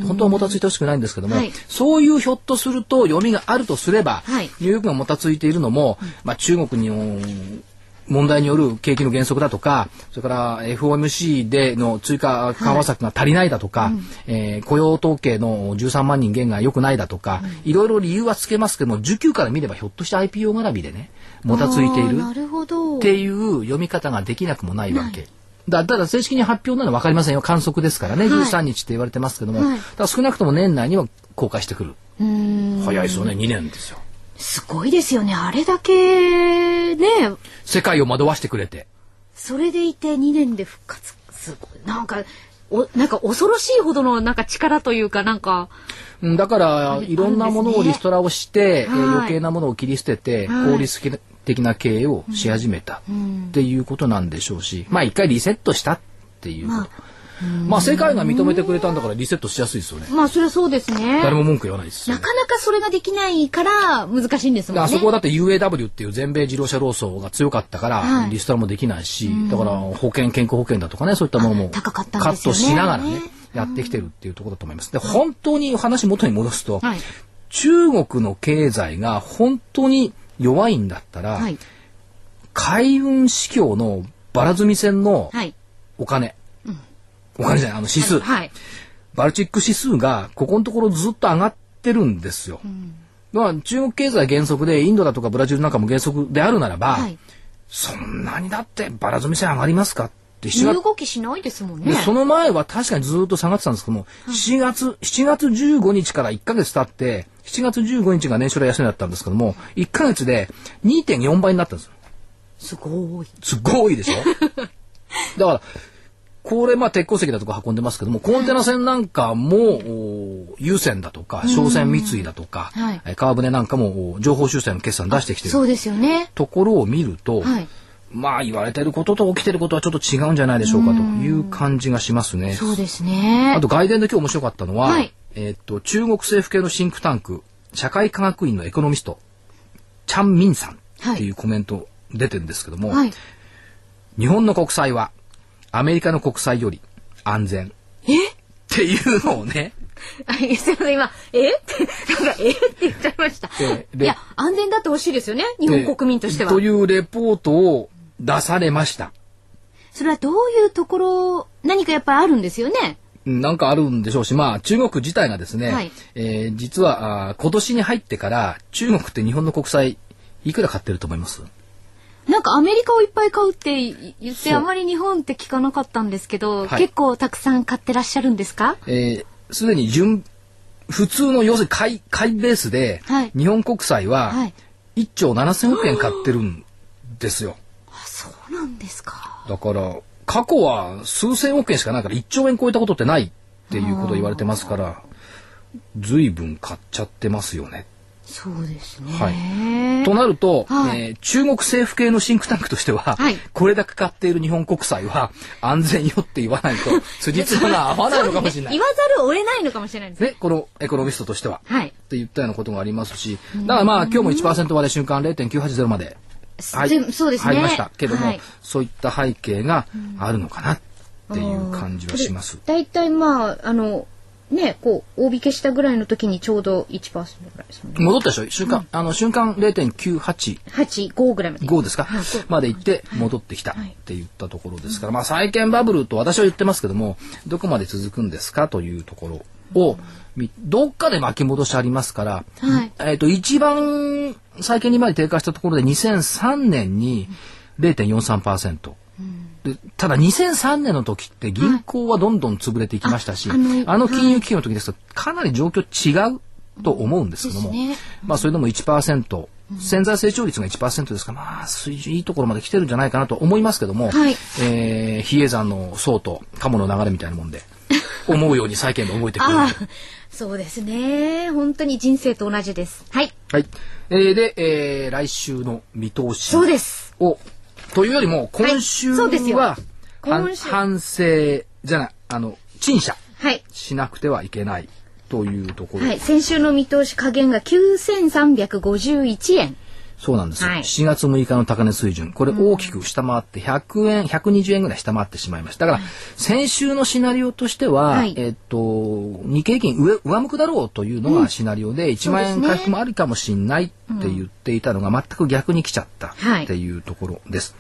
Speaker 1: 本当はもたついてほしくないんですけども、
Speaker 2: はい
Speaker 1: そういうひょっとすると読みがあるとすれば、
Speaker 2: はい
Speaker 1: ニューヨークがもたついているのも、まあ、中国の問題による景気の減速だとかそれから FOMC での追加緩和策が足りないだとか、えー雇用統計の13万人減が良くないだとか、いろいろ理由はつけますけども19から見ればひょっとして IPO 並びでねもたついている
Speaker 2: あーなるほ
Speaker 1: っ
Speaker 2: ど。
Speaker 1: ていう読み方ができなくもないわけ。だただ正式に発表なのは分かりませんよ観測ですからね、
Speaker 2: はい
Speaker 1: 13日って言われてますけども、
Speaker 2: は
Speaker 1: だ
Speaker 2: い
Speaker 1: から少なくとも年内には公開してくる
Speaker 2: うーん。
Speaker 1: 早いですよね2年ですよ
Speaker 2: すごいですよね。あれだけ、ね、
Speaker 1: 世界を惑わしてくれて
Speaker 2: それでいて2年で復活。すごい。なんか、お、なんか恐ろしいほどのなんか力というかなんか、
Speaker 1: うんだからいろんなものをリストラをして、
Speaker 2: あるんで
Speaker 1: え
Speaker 2: すね
Speaker 1: ー
Speaker 2: はい
Speaker 1: 余計なものを切り捨てて、
Speaker 2: はい
Speaker 1: 効率的な経営をし始めたっていうことなんでしょうし、まあ一回リセットしたっていうこと、
Speaker 2: ま
Speaker 1: まあ世界が認めてくれたんだからリセットしやすいですよね
Speaker 2: まあそれはそうですね。
Speaker 1: 誰も文句言わないですよ
Speaker 2: なかなかそれができないから難しいんですもんね。
Speaker 1: あそこはだって UAW っていう全米自動車労組が強かったから、
Speaker 2: はい
Speaker 1: リストラもできないし、だから保険、健康保険だとかね、そういったものも
Speaker 2: あ
Speaker 1: カ
Speaker 2: 高かったんです
Speaker 1: ッ
Speaker 2: よ
Speaker 1: ト
Speaker 2: ね
Speaker 1: しながら
Speaker 2: ね
Speaker 1: ね、やってきてるっていうところだと思います。で、本当に話元に戻すと、
Speaker 2: はい。
Speaker 1: 中国の経済が本当に弱いんだったら、
Speaker 2: はい。
Speaker 1: 海運市況のばら積み線の
Speaker 2: はい。
Speaker 1: お金、お金じゃない、あの指数、
Speaker 2: はい。
Speaker 1: バルチック指数がここのところずっと上がってるんですよ。まあ、中国経済減速でインドだとかブラジルなんかも減速であるならば、
Speaker 2: はい。
Speaker 1: そんなにだってバラ積み線上がりますかって7
Speaker 2: 身
Speaker 1: 月、
Speaker 2: 動きしないですもん
Speaker 1: で
Speaker 2: ね。
Speaker 1: その前は確かにずっと下がってたんですけども、7月、7月15日から1ヶ月経って、7月15日が年初来安値だったんですけども、1ヶ月で2.4倍になったんですよ。
Speaker 2: すごい。
Speaker 1: すごい でしょだから、これ、まあ、鉄鉱石だとか運んでますけども、コンテナ船なんかも、お優先だとか、商船三井だとか
Speaker 2: はい、
Speaker 1: え川船なんかも、お情報修正の決算出してきて
Speaker 2: そ
Speaker 1: る
Speaker 2: うですよね。
Speaker 1: ところを見ると、
Speaker 2: はい。
Speaker 1: まあ言われてることと起きてることはちょっと違うんじゃないでしょうかという感じがしますね。
Speaker 2: そうですね。
Speaker 1: あと外伝で今日面白かったのは、
Speaker 2: はい
Speaker 1: えーっと中国政府系のシンクタンク社会科学院のエコノミストチャン・ミンさんっていうコメント出てるんですけども、
Speaker 2: はい。
Speaker 1: 日本の国債はアメリカの国債より安全っ
Speaker 2: え
Speaker 1: ていうのをね、
Speaker 2: あいやすいません、今、え って、なんか、えって言っちゃいました。
Speaker 1: え
Speaker 2: い
Speaker 1: で
Speaker 2: や、安全だってほしいですよね、日本国民としては。
Speaker 1: えというレポートを出されました。
Speaker 2: それはどういうところ、何かやっぱりあるんですよね。
Speaker 1: なんかあるんでしょうし、まあ中国自体がですね、
Speaker 2: はい
Speaker 1: えー実はあー今年に入ってから中国って日本の国債いくら買ってると思います
Speaker 2: なんかアメリカをいっぱい買うってい言って、
Speaker 1: そう
Speaker 2: あまり日本って聞かなかったんですけ
Speaker 1: は
Speaker 2: ど、
Speaker 1: い
Speaker 2: 結構たくさん買ってらっしゃるんですか
Speaker 1: すで、えーすでに純、普通の要するに買い、買いベースで
Speaker 2: はい、
Speaker 1: 日本国債は
Speaker 2: はい
Speaker 1: 1兆7000億円買ってるんですよ。
Speaker 2: あ、そうなんですか。
Speaker 1: だから、過去は数千億円しかないから1兆円超えたことってないっていうことを言われてますから、随分買っちゃってますよね。
Speaker 2: そうですね。
Speaker 1: はいとなると、
Speaker 2: はい
Speaker 1: えー中国政府系のシンクタンクとしては、
Speaker 2: はい
Speaker 1: これだけ買っている日本国債は安全よって言わないと、辻褄が合わないのかもしれな
Speaker 2: 言
Speaker 1: い。
Speaker 2: わざるを得ないのかもしれないですね。
Speaker 1: ね、このエコノミストとしては。
Speaker 2: はい。
Speaker 1: って言ったようなことがありますし、だからまあ今日も1%割れ瞬間0.980まで、
Speaker 2: でそうですね。
Speaker 1: 入りましたけども、
Speaker 2: はい
Speaker 1: そういった背景があるのかなっていう感じはします。
Speaker 2: だいたいまああのねこう大引けしたぐらいの時にちょうど1%ぐらいですもんね。
Speaker 1: 戻ったでしょ瞬間、あの瞬間0.98
Speaker 2: 85ぐらいまで。
Speaker 1: 5ですか
Speaker 2: はいそう
Speaker 1: まで行って戻ってきたって言ったところですから、まあ債券バブルと私は言ってますけどもどこまで続くんですかというところをみどっかで巻き戻しありますから、
Speaker 2: はい
Speaker 1: えっと一番債券利回り低下したところで2003年に0.43%。でただ2003年の時って銀行はどんどん潰れていきましたし、
Speaker 2: はいああの
Speaker 1: あの金融危機の時ですとかなり状況違うと思うんですけども、
Speaker 2: うんですね
Speaker 1: まあそれでも1%、潜在成長率が1%ですから、まあ水準いいところまで来てるんじゃないかなと思いますけども、
Speaker 2: はい
Speaker 1: えー比叡山の層と鴨の流れみたいなもんで、思うように債券が動いてくる。
Speaker 2: ああ、そうですね。本当に人生と同じです。はい。
Speaker 1: はい。えーで、えー来週の見通し
Speaker 2: そうです
Speaker 1: を、というよりも、今週
Speaker 2: はいそうですよ
Speaker 1: は、
Speaker 2: 今
Speaker 1: 反
Speaker 2: 週
Speaker 1: 反省じゃない、あの、陳謝
Speaker 2: はい。
Speaker 1: しなくてはいけないというところ。
Speaker 2: はい。先週の見通し下限が9351円。
Speaker 1: そうなんですよ、
Speaker 2: はい
Speaker 1: 7月6日の高値水準。これ大きく下回って100円、120円ぐらい下回ってしまいました。だから、先週のシナリオとしては、
Speaker 2: はい
Speaker 1: えっと、日経平均上上向くだろうというのがシナリオで、1万
Speaker 2: そう
Speaker 1: 円
Speaker 2: ですね
Speaker 1: 回復もありかもしれないって言っていたのが、全く逆に来ちゃった
Speaker 2: はい
Speaker 1: っていうところです。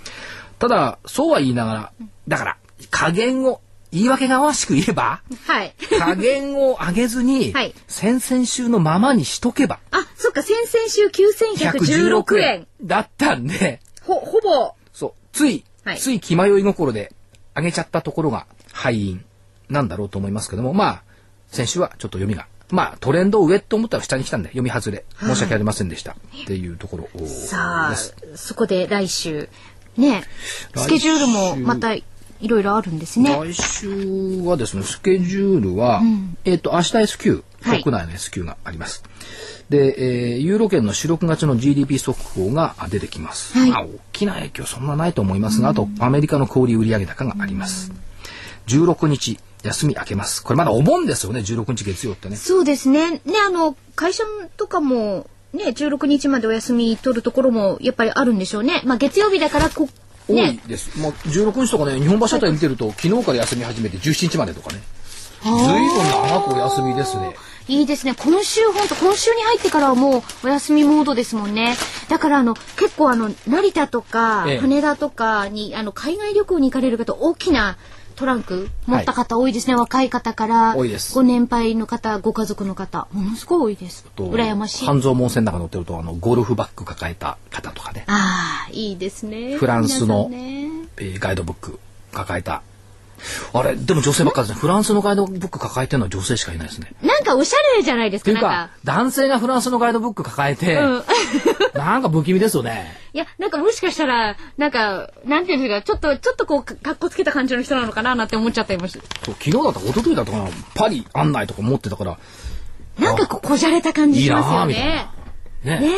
Speaker 1: ただ、そうは言いながら、だから、加減を、言い訳がわしく言え ば、
Speaker 2: はい。
Speaker 1: 加減を上げずに、
Speaker 2: はい
Speaker 1: 先々週のままにしとけば、
Speaker 2: あ、そっか、先々週9116円。
Speaker 1: だったんで、
Speaker 2: ほ、ほぼ。
Speaker 1: そう、つい、
Speaker 2: はい
Speaker 1: つい気迷い心で上げちゃったところが敗因なんだろうと思いますけども、まあ、先週はちょっと読みが、まあトレンドを上と思ったら下に来たんで読み外れ、申し訳ありませんでした、っていうところです。
Speaker 2: さあ、そこで来週。ねえスケジュールもまたいろいろあるんですね。
Speaker 1: 来週はですね、スケジュールは、えっ、と、明日 S q
Speaker 2: はい
Speaker 1: 国内の S q があります。で、えーユーロ圏の4、6月の GDP 速報が出てきます。
Speaker 2: はい
Speaker 1: まあ、大きな影響そんなないと思いますが、あと、アメリカの小売売上高があります。16日、休み明けます。これまだお盆ですよね、16日月曜ってね。
Speaker 2: そうですね。ね、あの、会社とかも、ね、16日までお休み取るところもやっぱりあるんでしょうね。まあ、月曜日だからこ、
Speaker 1: 多
Speaker 2: ね
Speaker 1: い、です。もう16日とかね、日本橋あたり見てると、昨日から休み始めて17日までとかね。ずいぶん長くお休みですね。
Speaker 2: いいですね。今週本当今週に入ってからはもうお休みモードですもんね。だからあの結構あの成田とか
Speaker 1: ええ
Speaker 2: 羽田とかに、あの海外旅行に行かれる方大きなトランク持った方多いですね。若い方から
Speaker 1: 多いです
Speaker 2: ご年配の方、ご家族の方ものすごい多いです。
Speaker 1: と
Speaker 2: 羨ましい。あ
Speaker 1: 半蔵門線の中乗ってるとあのゴルフバッグ抱えた方とかね、
Speaker 2: あーいいですね。
Speaker 1: フランスの
Speaker 2: 皆さんね
Speaker 1: えーガイドブック抱えたあれでも女性ばっかりですねフランスのガイドブック抱えてるのは女性しかいないですね。
Speaker 2: なんかおしゃれじゃないです
Speaker 1: って
Speaker 2: か。
Speaker 1: いう
Speaker 2: なん
Speaker 1: か
Speaker 2: か。
Speaker 1: 男性がフランスのガイドブック抱えて、
Speaker 2: うん
Speaker 1: なんか不気味ですよね。
Speaker 2: いや、なんかもしかしたら、なんか、なんていうんですか、ちょっと、ちょっとこう、かかっこつけた感じの人なのかななんて思っちゃったりもし
Speaker 1: そう昨日だったか一昨日だったかなパリ案内とか持ってたから
Speaker 2: なんかこう、こじゃれた感じしますよ
Speaker 1: いい
Speaker 2: ね
Speaker 1: な。ね
Speaker 2: ね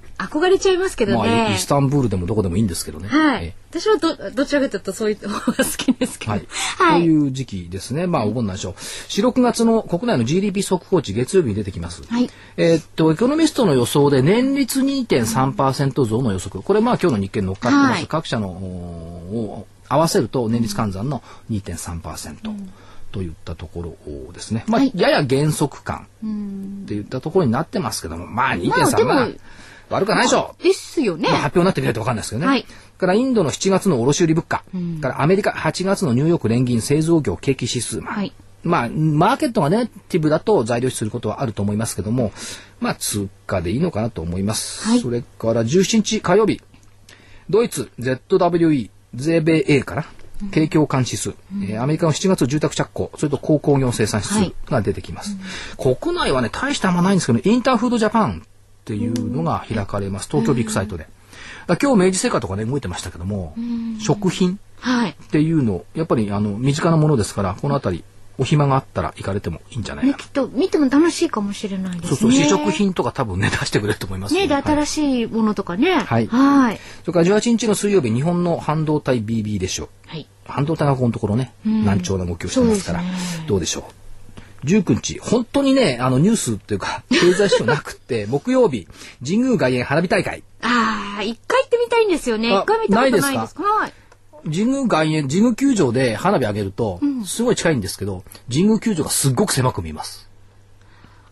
Speaker 2: え。憧れちゃいますけど
Speaker 1: まあ
Speaker 2: ね
Speaker 1: イ。スタンブールでもどこでもいいんですけどね。
Speaker 2: はい
Speaker 1: え。
Speaker 2: 私はど、どちらかというとそういう方が好きですけど。
Speaker 1: は
Speaker 2: はいい。。
Speaker 1: という時期ですね。まあ、お盆なんでしょう。4、6月の国内の GDP 速報値、月曜日に出てきます。
Speaker 2: はい
Speaker 1: えーっと、エコノミストの予想で、年率2.3%増の予測。これ、まあ、今日の日経に乗っかってます。
Speaker 2: はい
Speaker 1: 各社のおーを合わせると、年率換算の2.3%。といったところですね。まあ、
Speaker 2: はい
Speaker 1: やや減速感っていったところになってますけども、まあ2.3
Speaker 2: まあ
Speaker 1: は
Speaker 2: でも
Speaker 1: 悪くはないでしょう。
Speaker 2: ですよね
Speaker 1: まあ、。発表になってくれると分かんないですけどね。
Speaker 2: はい
Speaker 1: からインドの7月の卸売物価、からアメリカ8月のニューヨーク連銀製造業景気指数、まあ
Speaker 2: はい
Speaker 1: まあ、マーケットがネガティブだと材料視することはあると思いますけども、まあ、通貨でいいのかなと思います。
Speaker 2: はい
Speaker 1: それから17日火曜日、ドイツ ZWE、税米 A かな、景況感指数、えーアメリカの7月の住宅着工、それと鉱工業生産指数が出てきます。国内はね、大したあんまないんですけど、インターフードジャパンっていうのが開かれます。東京ビッグサイトで。だから今日明治製菓とかね、動いてましたけども、食品
Speaker 2: はい。
Speaker 1: っていうの、やっぱりあの、身近なものですから、このあたり、お暇があったら行かれてもいいんじゃない
Speaker 2: ね、
Speaker 1: か
Speaker 2: きっと見ても楽しいかもしれないで
Speaker 1: な。
Speaker 2: す
Speaker 1: そ
Speaker 2: ね。
Speaker 1: うそう、試食。品とか多分ね、出してくれると思いますん
Speaker 2: ねで、
Speaker 1: はい
Speaker 2: 新しいものとかね。
Speaker 1: はい
Speaker 2: はい。
Speaker 1: それから18日の水曜日、日本の半導体 BB でしょう。
Speaker 2: はい。
Speaker 1: 半導体がここのところね、難聴な動きをしてますから、
Speaker 2: そうで
Speaker 1: どうでしょう。19日、本当にね、あのニュースっていうか、 経済史のなくて、 木曜日、神宮外苑花火大会。
Speaker 2: ああ、一回行ってみたいんですよね。
Speaker 1: あ
Speaker 2: 一回見たことないです。
Speaker 1: ないです
Speaker 2: はい。
Speaker 1: 神宮外苑、神宮球場で花火上げると、すごい近いんですけど、神宮球場がすっごく狭く見えます。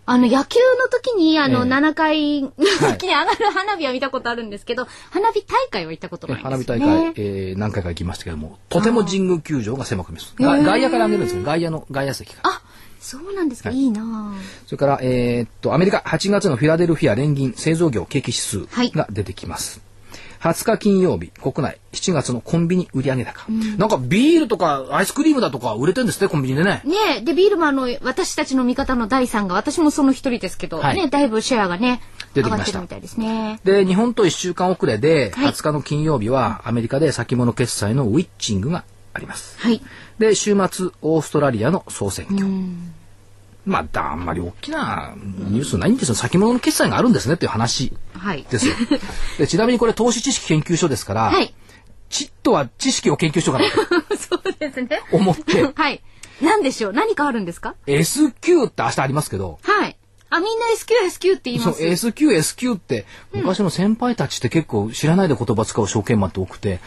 Speaker 2: あの、野球の時に、あ
Speaker 1: え
Speaker 2: の、
Speaker 1: え
Speaker 2: 7階の時に上がる花火は見たことあるんですけど、花火大会は行ったことないです、ね。
Speaker 1: 花火大会、えー何回か行きましたけども、とても神宮球場が狭く見えます。が
Speaker 2: へー
Speaker 1: 外野から上げるんですよ。外野の、外野席から。
Speaker 2: あ、そうなんですか、い、いなあ
Speaker 1: それから、えーっと、アメリカ8月のフィラデルフィア連銀製造業景気指数
Speaker 2: はい
Speaker 1: が出てきます。20日金曜日、国内7月のコンビニ売上高、なんかビールとかアイスクリームだとか売れてんですって、コンビニでね。
Speaker 2: ねえ、で、ビールマンの私たちの味方の第3が、私もその一人ですけど、
Speaker 1: はい
Speaker 2: ね、だいぶシェアがね、
Speaker 1: 出てき
Speaker 2: 上が
Speaker 1: ま
Speaker 2: って
Speaker 1: した
Speaker 2: るみたいですね。
Speaker 1: で、日本と1週間遅れで、
Speaker 2: はい
Speaker 1: 20日の金曜日はアメリカで先物決済のウィッチングがあります。
Speaker 2: はい。
Speaker 1: で、週末、オーストラリアの総選挙。まあ、だあんまり大きなニュースないんですよ。先物の決済があるんですねっていう話
Speaker 2: はい。
Speaker 1: です よ。でちなみにこれ投資知識研究所ですから、
Speaker 2: はい。
Speaker 1: ちっとは知識を研究しようかなと
Speaker 2: そうですね。
Speaker 1: 思って、
Speaker 2: はい。なんでしょう何かあるんですか
Speaker 1: S q って明日ありますけど、
Speaker 2: はい。あ、みんな S q S q って言い
Speaker 1: そ
Speaker 2: ま
Speaker 1: う
Speaker 2: す。
Speaker 1: S q S q って昔の先輩たちって結構知らないで言葉使う証券マンって多くて、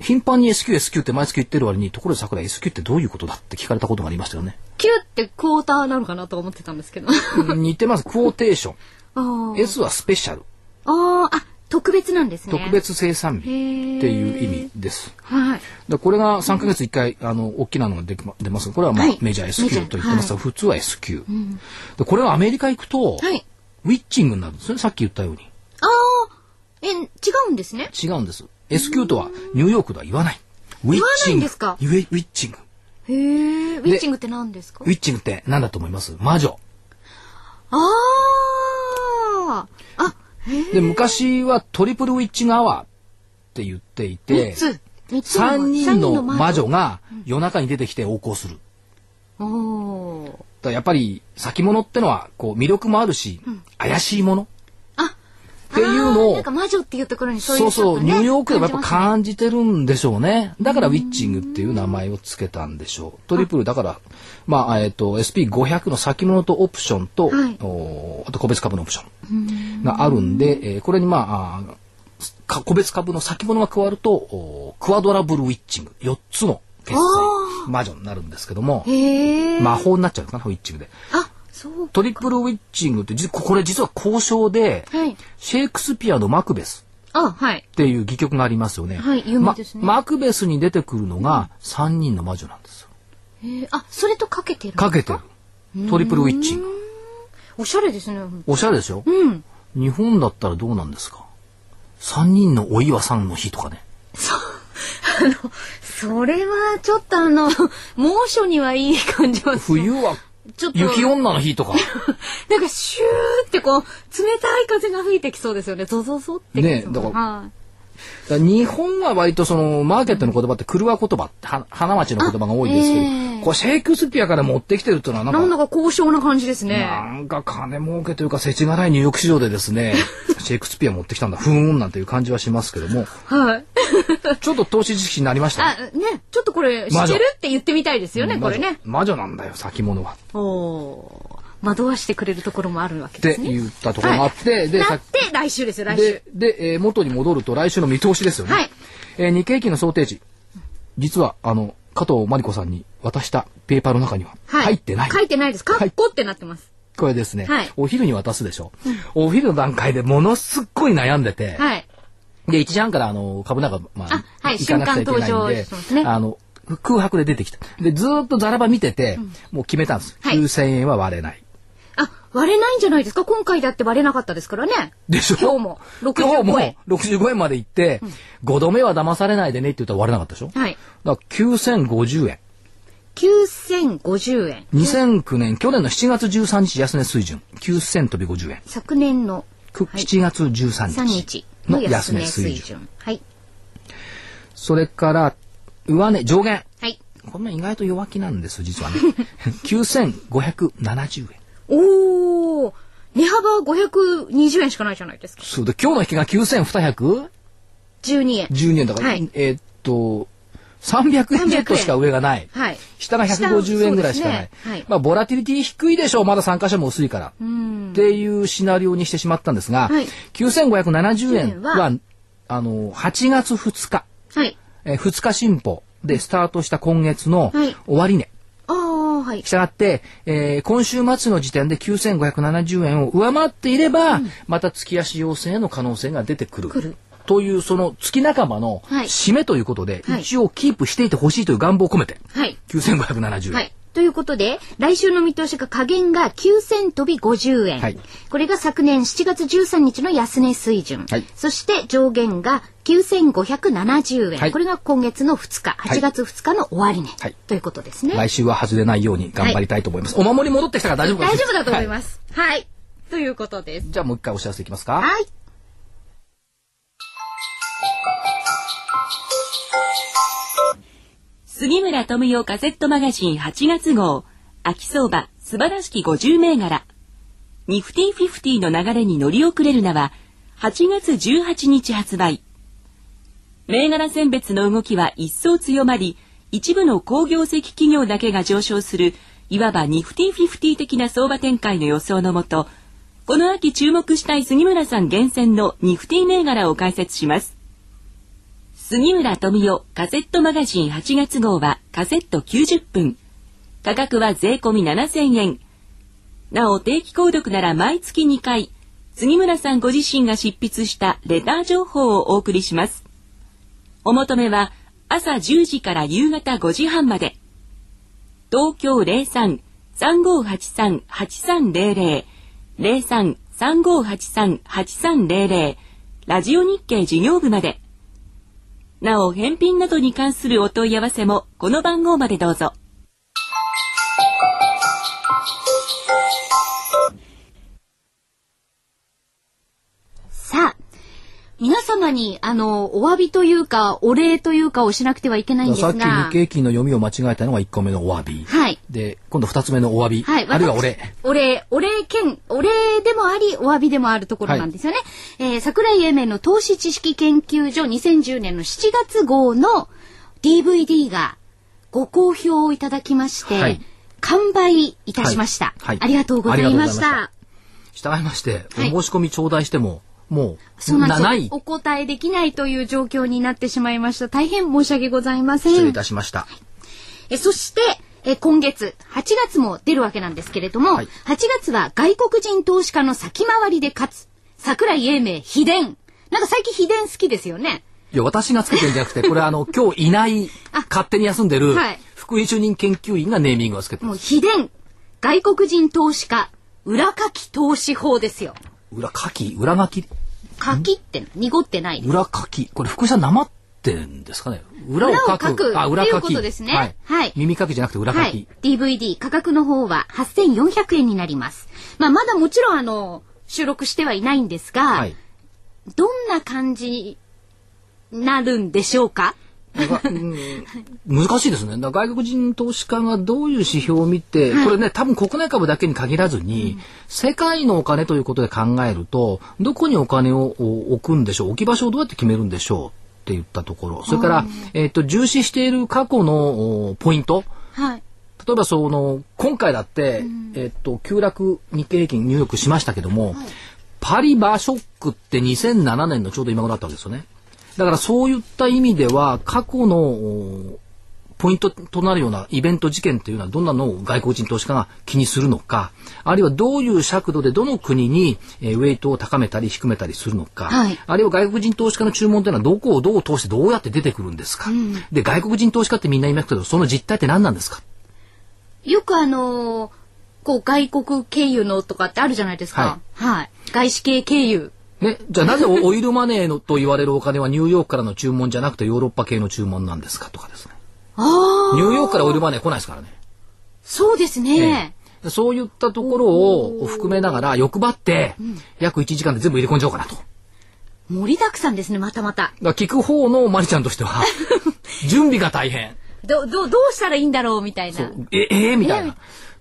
Speaker 1: 頻繁に S q S q って毎月言ってる割に、ところで桜 S q ってどういうことだって聞かれたことがありましたよね。
Speaker 2: Q ってクォーターなのかなと思ってたんですけど。あ
Speaker 1: 似てます。クォーテーション。
Speaker 2: あ。
Speaker 1: S はスペシャル。
Speaker 2: ああ、あ、特別なんですね。
Speaker 1: 特。別生産日
Speaker 2: へー
Speaker 1: っていう意味です。
Speaker 2: はい。
Speaker 1: だこれが3ヶ月1回、あの、大きなのが出ま出ます。これはまあ、
Speaker 2: はい
Speaker 1: メジャー S
Speaker 2: メジ
Speaker 1: q
Speaker 2: ャー
Speaker 1: と言ってますが、普通は S q、でこれはアメリカ行くと、
Speaker 2: はい。
Speaker 1: ウィッチングになるんですね。さっき言ったように。
Speaker 2: ああ、え、違うんですね。
Speaker 1: 違うんです。S q とはニューヨークでは言わない。ウィッチング。
Speaker 2: 言わないんですか
Speaker 1: ゆえウィッチング。
Speaker 2: へえ、ウィッチングって何ですか
Speaker 1: ウィッチングって何だと思います魔女。
Speaker 2: ああ。あ、へえ。
Speaker 1: で、昔はトリプルウィッチングアワーって言っていて
Speaker 2: 三、つ。三つの
Speaker 1: 3人の魔
Speaker 2: 三人
Speaker 1: 女が夜中に出てきて横行する。
Speaker 2: の魔女。おー
Speaker 1: だからやっぱり先物ってのはこう魅力もあるし、怪しいもの
Speaker 2: あ、
Speaker 1: っていうの
Speaker 2: あーなん
Speaker 1: を
Speaker 2: か魔女っていうところにそういう
Speaker 1: そうそう、
Speaker 2: ちょっとね
Speaker 1: ニューヨークでもやっぱ
Speaker 2: 感じます
Speaker 1: 感じて
Speaker 2: ね
Speaker 1: るんでしょうね。だからウィッチングっていう名前をつけたんでしょう。トリプルだから、まあ、えっ、と、SP500 の先物とオプションと、
Speaker 2: はい
Speaker 1: おーあと個別株のオプションがあるんで、えーこれにまああー、か個別株の先物が加わると、おークワドラブルウィッチング、4つの決済魔女になるんですけども、
Speaker 2: へえ。
Speaker 1: 魔法になっちゃうのかな、ウィッチングで。
Speaker 2: あ、そう。
Speaker 1: トリプルウィッチングって、実これ実は交渉で、
Speaker 2: はい。
Speaker 1: シェイクスピアのマクベス。
Speaker 2: あ、はい。
Speaker 1: っていう戯曲がありますよね。
Speaker 2: はい有名ですね
Speaker 1: まマクベスに出てくるのが三人の魔女なんですよ。
Speaker 2: へーあ、それとかけてる。
Speaker 1: かけてる。トリプルウィッチング。
Speaker 2: おしゃれですね。
Speaker 1: おしゃれでしょ
Speaker 2: うん。
Speaker 1: 日本だったらどうなんですか三人のお岩さんの日とかね。
Speaker 2: あの、それはちょっとあの、 猛暑にはいい感じはする。
Speaker 1: 冬は
Speaker 2: ちょっと、
Speaker 1: 雪女の日とか。
Speaker 2: なんかシューってこう、冷たい風が吹いてきそうですよね。ゾゾゾってきそう。
Speaker 1: ねえだから
Speaker 2: はい
Speaker 1: だから日本は割とそのマーケットの言葉ってクルワ言葉っては花町の言葉が多いですけど、
Speaker 2: あええ
Speaker 1: これシェイクスピアから持ってきてるっていうのはなんか
Speaker 2: なんだか高尚な感じです
Speaker 1: な
Speaker 2: ね。
Speaker 1: んか金儲けというか、世知辛いニューヨーク市場でです ね、シェイクスピア持ってきたんだ、ふーんなんていう感じはしますけど も、
Speaker 2: はい。
Speaker 1: ちょっと投資知識になりましたね。
Speaker 2: あ、ね、ちょっとこれ、知
Speaker 1: 魔
Speaker 2: っ
Speaker 1: 女
Speaker 2: てるって言ってみたいですよね、これね。
Speaker 1: 魔女。魔女なんだよ、先物は。
Speaker 2: おおー。惑わしてくれるところもあるわけ
Speaker 1: っ
Speaker 2: で
Speaker 1: て
Speaker 2: すね。
Speaker 1: 言ったところもあって、で、
Speaker 2: な
Speaker 1: さ
Speaker 2: って、来週ですよ、来週
Speaker 1: で。、で、えー元に戻ると来週の見通しですよね。
Speaker 2: はい
Speaker 1: えー日経平均の想定値。実は、あの、加藤真理子さんに渡したペーパーの中には
Speaker 2: はい
Speaker 1: 入ってない。
Speaker 2: 書いてないです。か
Speaker 1: は
Speaker 2: っ
Speaker 1: い
Speaker 2: こってなってます。
Speaker 1: これですね、
Speaker 2: はい
Speaker 1: お昼に渡すでしょ。お昼の段階でものすっごい悩んでて、
Speaker 2: はい。
Speaker 1: で、1時半からあの株なんか、まあ、
Speaker 2: あはい
Speaker 1: 行かなくちゃいけない
Speaker 2: 瞬間
Speaker 1: ん
Speaker 2: 登場
Speaker 1: で
Speaker 2: しますね、
Speaker 1: あの、空白で出てきた。で、ずーっとザラバ見てて、もう決めたんです。
Speaker 2: はい
Speaker 1: 9000円は割れない。
Speaker 2: あ、割れないんじゃないですか今回だって割れなかったですからね。
Speaker 1: でしょ
Speaker 2: 今日も65
Speaker 1: 今日も
Speaker 2: 円
Speaker 1: 65円まで行って、5度目は騙されないでねって言ったら割れなかったでしょ
Speaker 2: はい。
Speaker 1: だから9050円。
Speaker 2: 9050円。
Speaker 1: 2009年、去年の7月13日安値水準。9000飛び50円。
Speaker 2: 昨年の
Speaker 1: く
Speaker 2: はい
Speaker 1: 7月13
Speaker 2: 3
Speaker 1: 日
Speaker 2: 日
Speaker 1: の
Speaker 2: の
Speaker 1: 安値
Speaker 2: 安値
Speaker 1: 水
Speaker 2: 水
Speaker 1: 準。
Speaker 2: 準。はい。
Speaker 1: それから、上値、上限。
Speaker 2: はい。
Speaker 1: こんな意外と弱気なんです、実はね。9570円。
Speaker 2: おー。値幅は520円しかないじゃないですか。
Speaker 1: そうだ、今日の引きが9212
Speaker 2: 12円。
Speaker 1: 円だから、
Speaker 2: はい
Speaker 1: えーっと、300円ちょっとしか上がない。
Speaker 2: はい。
Speaker 1: 下が150円ぐらいしかない。
Speaker 2: 下そうですねはい
Speaker 1: まあ、ボラティリティ低いでしょう。まだ参加者も薄いから。
Speaker 2: うん。
Speaker 1: っていうシナリオにしてしまったんですが、
Speaker 2: はい
Speaker 1: 9570円は、
Speaker 2: は
Speaker 1: あの、8月2日、
Speaker 2: はい。
Speaker 1: えー2日新報でスタートした今月の
Speaker 2: はい
Speaker 1: 終値。
Speaker 2: ああ、はい。
Speaker 1: したがって、えー今週末の時点で9570円を上回っていれば、また月足要請の可能性が出てくる。
Speaker 2: くる
Speaker 1: という、その月仲間の
Speaker 2: はい
Speaker 1: 締めということで、
Speaker 2: はい
Speaker 1: 一応キープしていてほしいという願望を込めて、
Speaker 2: はい。
Speaker 1: 9570円。
Speaker 2: はい。ということで、来週の見通しが下限が9000飛び50円。
Speaker 1: はい
Speaker 2: これが昨年7月13日の安値水準。
Speaker 1: はい
Speaker 2: そして上限が9570円。
Speaker 1: はい
Speaker 2: これが今月の2日、
Speaker 1: い
Speaker 2: 8月2日の終値、
Speaker 1: はい
Speaker 2: ということですね。
Speaker 1: 来週は外れないように頑張りたいと思います。お守り戻ってきたから大丈夫か
Speaker 2: 大丈夫だと思い
Speaker 1: す。は
Speaker 2: ます。はい。ということです。
Speaker 1: いじゃあもう一回お知らせいきますか。
Speaker 2: はい。
Speaker 3: 杉村富代カセットマガジン8月号、秋相場、素晴らしき50銘柄。ニフティフィフティの流れに乗り遅れるなは、8月18日発売。銘柄選別の動きは一層強まり、一部の工業績企業だけが上昇する、いわばニフティフィフティ的な相場展開の予想のもと、この秋注目したい杉村さん厳選のニフティ銘柄を解説します。杉村富代カセットマガジン8月号はカセット90分。価格は税込み7000円。なお定期購読なら毎月2回、杉村さんご自身が執筆したレター情報をお送りします。お求めは朝10時から夕方5時半まで。東京03-3583-8300、03-3583-8300、ラジオ日経事業部まで。なお、返品などに関するお問い合わせも、この番号までどうぞ。
Speaker 2: さあ、皆様に、あの、お詫びというか、お礼というかをしなくてはいけないんです
Speaker 1: さっき日
Speaker 2: が。
Speaker 1: 経金の読みを間違えたのが1個目のお詫び。
Speaker 2: はい。
Speaker 1: で、今度2つ目のお詫び。
Speaker 2: はい。
Speaker 1: あるいは
Speaker 2: 私
Speaker 1: 俺。。
Speaker 2: お礼、お礼兼、お礼でもあり、お詫びでもあるところなんですよね。えー桜井英明の投資知識研究所2010年の7月号の DVD がご好評をいただきまして、
Speaker 1: はい
Speaker 2: 完売いたしました、
Speaker 1: はいはい
Speaker 2: ありがとうございまし
Speaker 1: ありが
Speaker 2: た。
Speaker 1: 従いまして、
Speaker 2: はい
Speaker 1: お申し込み頂戴しても、も、
Speaker 2: そううな
Speaker 1: なん
Speaker 2: です
Speaker 1: い
Speaker 2: よ。お答えできないという状況になってしまいました。大変申し訳ございません。
Speaker 1: 失礼いたしました。
Speaker 2: えそして、え今月、8月も出るわけなんですけれども、
Speaker 1: はい
Speaker 2: 8月は外国人投資家の先回りで勝つ、桜井英明、秘伝。なんか最近秘伝好きですよね。
Speaker 1: いや、私がつけてるんじゃなくて、これあの、今日いない
Speaker 2: あ、
Speaker 1: 勝手に休んでる
Speaker 2: はい、
Speaker 1: 福井主任研究員がネーミングをつけて
Speaker 2: もう
Speaker 1: ます。
Speaker 2: 秘伝、外国人投資家、裏書き投資法ですよ。
Speaker 1: 裏書き、裏書き、
Speaker 2: 書きって濁ってないです。
Speaker 1: 裏書き。これ福井さんなまってんですかね裏を書く。
Speaker 2: 裏を書く
Speaker 1: あ、裏書き。
Speaker 2: っていうことですね
Speaker 1: はい。
Speaker 2: はい
Speaker 1: 耳かきじゃなくて裏書き。
Speaker 2: はい。DVD 価格の方は8400円になります。まあ、まだもちろんあの、収録してはいないんですが、
Speaker 1: はい
Speaker 2: どんな感じになるんでしょうか
Speaker 1: なんかうん難しいですね。だから外国人投資家がどういう指標を見て、これね、多分国内株だけに限らずに、世界のお金ということで考えると、どこにお金をお置くんでしょう、置き場所をどうやって決めるんでしょうって言ったところ、それから、えっと、重視している過去のおポイント、
Speaker 2: はい。
Speaker 1: 例えばその今回だって、えっと急落日経平均ニューヨークしましたけども、パリバショックって2007年のちょうど今頃だったわけですよね。だからそういった意味では過去のおポイントとなるようなイベント事件というのはどんなのを外国人投資家が気にするのか、あるいはどういう尺度でどの国にえーウェイトを高めたり低めたりするのか、
Speaker 2: はい
Speaker 1: あるいは外国人投資家の注文というのはどこをどう通してどうやって出てくるんですか。で、外国人投資家ってみんな言いますけど、その実態って何なんですか
Speaker 2: よくあのーこう外国経由のとかってあるじゃないですか。はい。外資系経由。
Speaker 1: ね、じゃあなぜオオイルマネーのと言われるお金はニューヨークからの注文じゃなくてヨーロッパ系の注文なんですかとかですね。
Speaker 2: ああ、
Speaker 1: ニューヨークからオイルマネー来ないですからね。
Speaker 2: そうですね。
Speaker 1: でそういったところを含めながら欲張って約1時間で全部入れ込んじゃおうかなと。だか
Speaker 2: 盛りだくさんですね、またまた。
Speaker 1: ら聞く方のマリちゃんとして は準備が大変。
Speaker 2: ど、ど、どうしたらいいんだろうみたいな。
Speaker 1: え、えーみたい
Speaker 2: え
Speaker 1: な。っ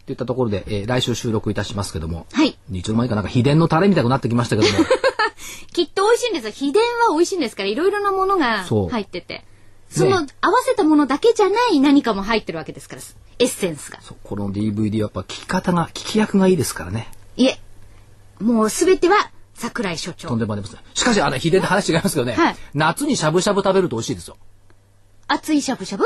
Speaker 1: ていったところで、えー来週収録いたしますけども。
Speaker 2: はい。
Speaker 1: いつの間にかなんか秘伝のタレみたいになってきましたけ ども。
Speaker 2: きっと美味しいんですよ。秘伝は美味しいんですから、いろいろなものが
Speaker 1: そう
Speaker 2: 入ってて。その、合わせたものだけじゃない何かも入ってるわけですから、エッセンスが。
Speaker 1: そうこの DVD はやっぱ聞き方が、聞き役がいいですからね。
Speaker 2: いえ、もうすべては桜井所
Speaker 1: とん
Speaker 2: 長。
Speaker 1: でもありません。しかし、あれ、秘伝で話違いますけどね、
Speaker 2: はい
Speaker 1: 夏にしゃぶしゃぶ食べると美味しいですよ。
Speaker 2: 熱いしゃぶしゃぶ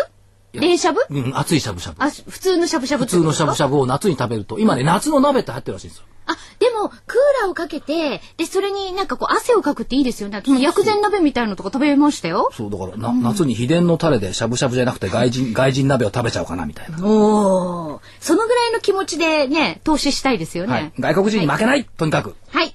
Speaker 1: や
Speaker 2: 冷しゃぶ
Speaker 1: うん、熱いしゃぶしゃぶ。
Speaker 2: あ、普通のしゃぶしゃぶ
Speaker 1: 普通のしゃぶし
Speaker 2: ゃぶ。
Speaker 1: ゃぶを夏に食べると、今ね、夏の鍋って入ってるらしいんですよ。
Speaker 2: あ、でも、クーラーをかけて、で、それになんかこう、汗をかくっていいですよね。私も薬膳鍋みたいなのとか食べましたよ。
Speaker 1: そう、だから、な、夏に秘伝のタレでしゃぶしゃぶじゃなくて外人、外人鍋を食べちゃおうかな、みたいな。
Speaker 2: おー。そのぐらいの気持ちでね、投資したいですよね。
Speaker 1: はい。外国人に負けない、とにかく。
Speaker 2: はい。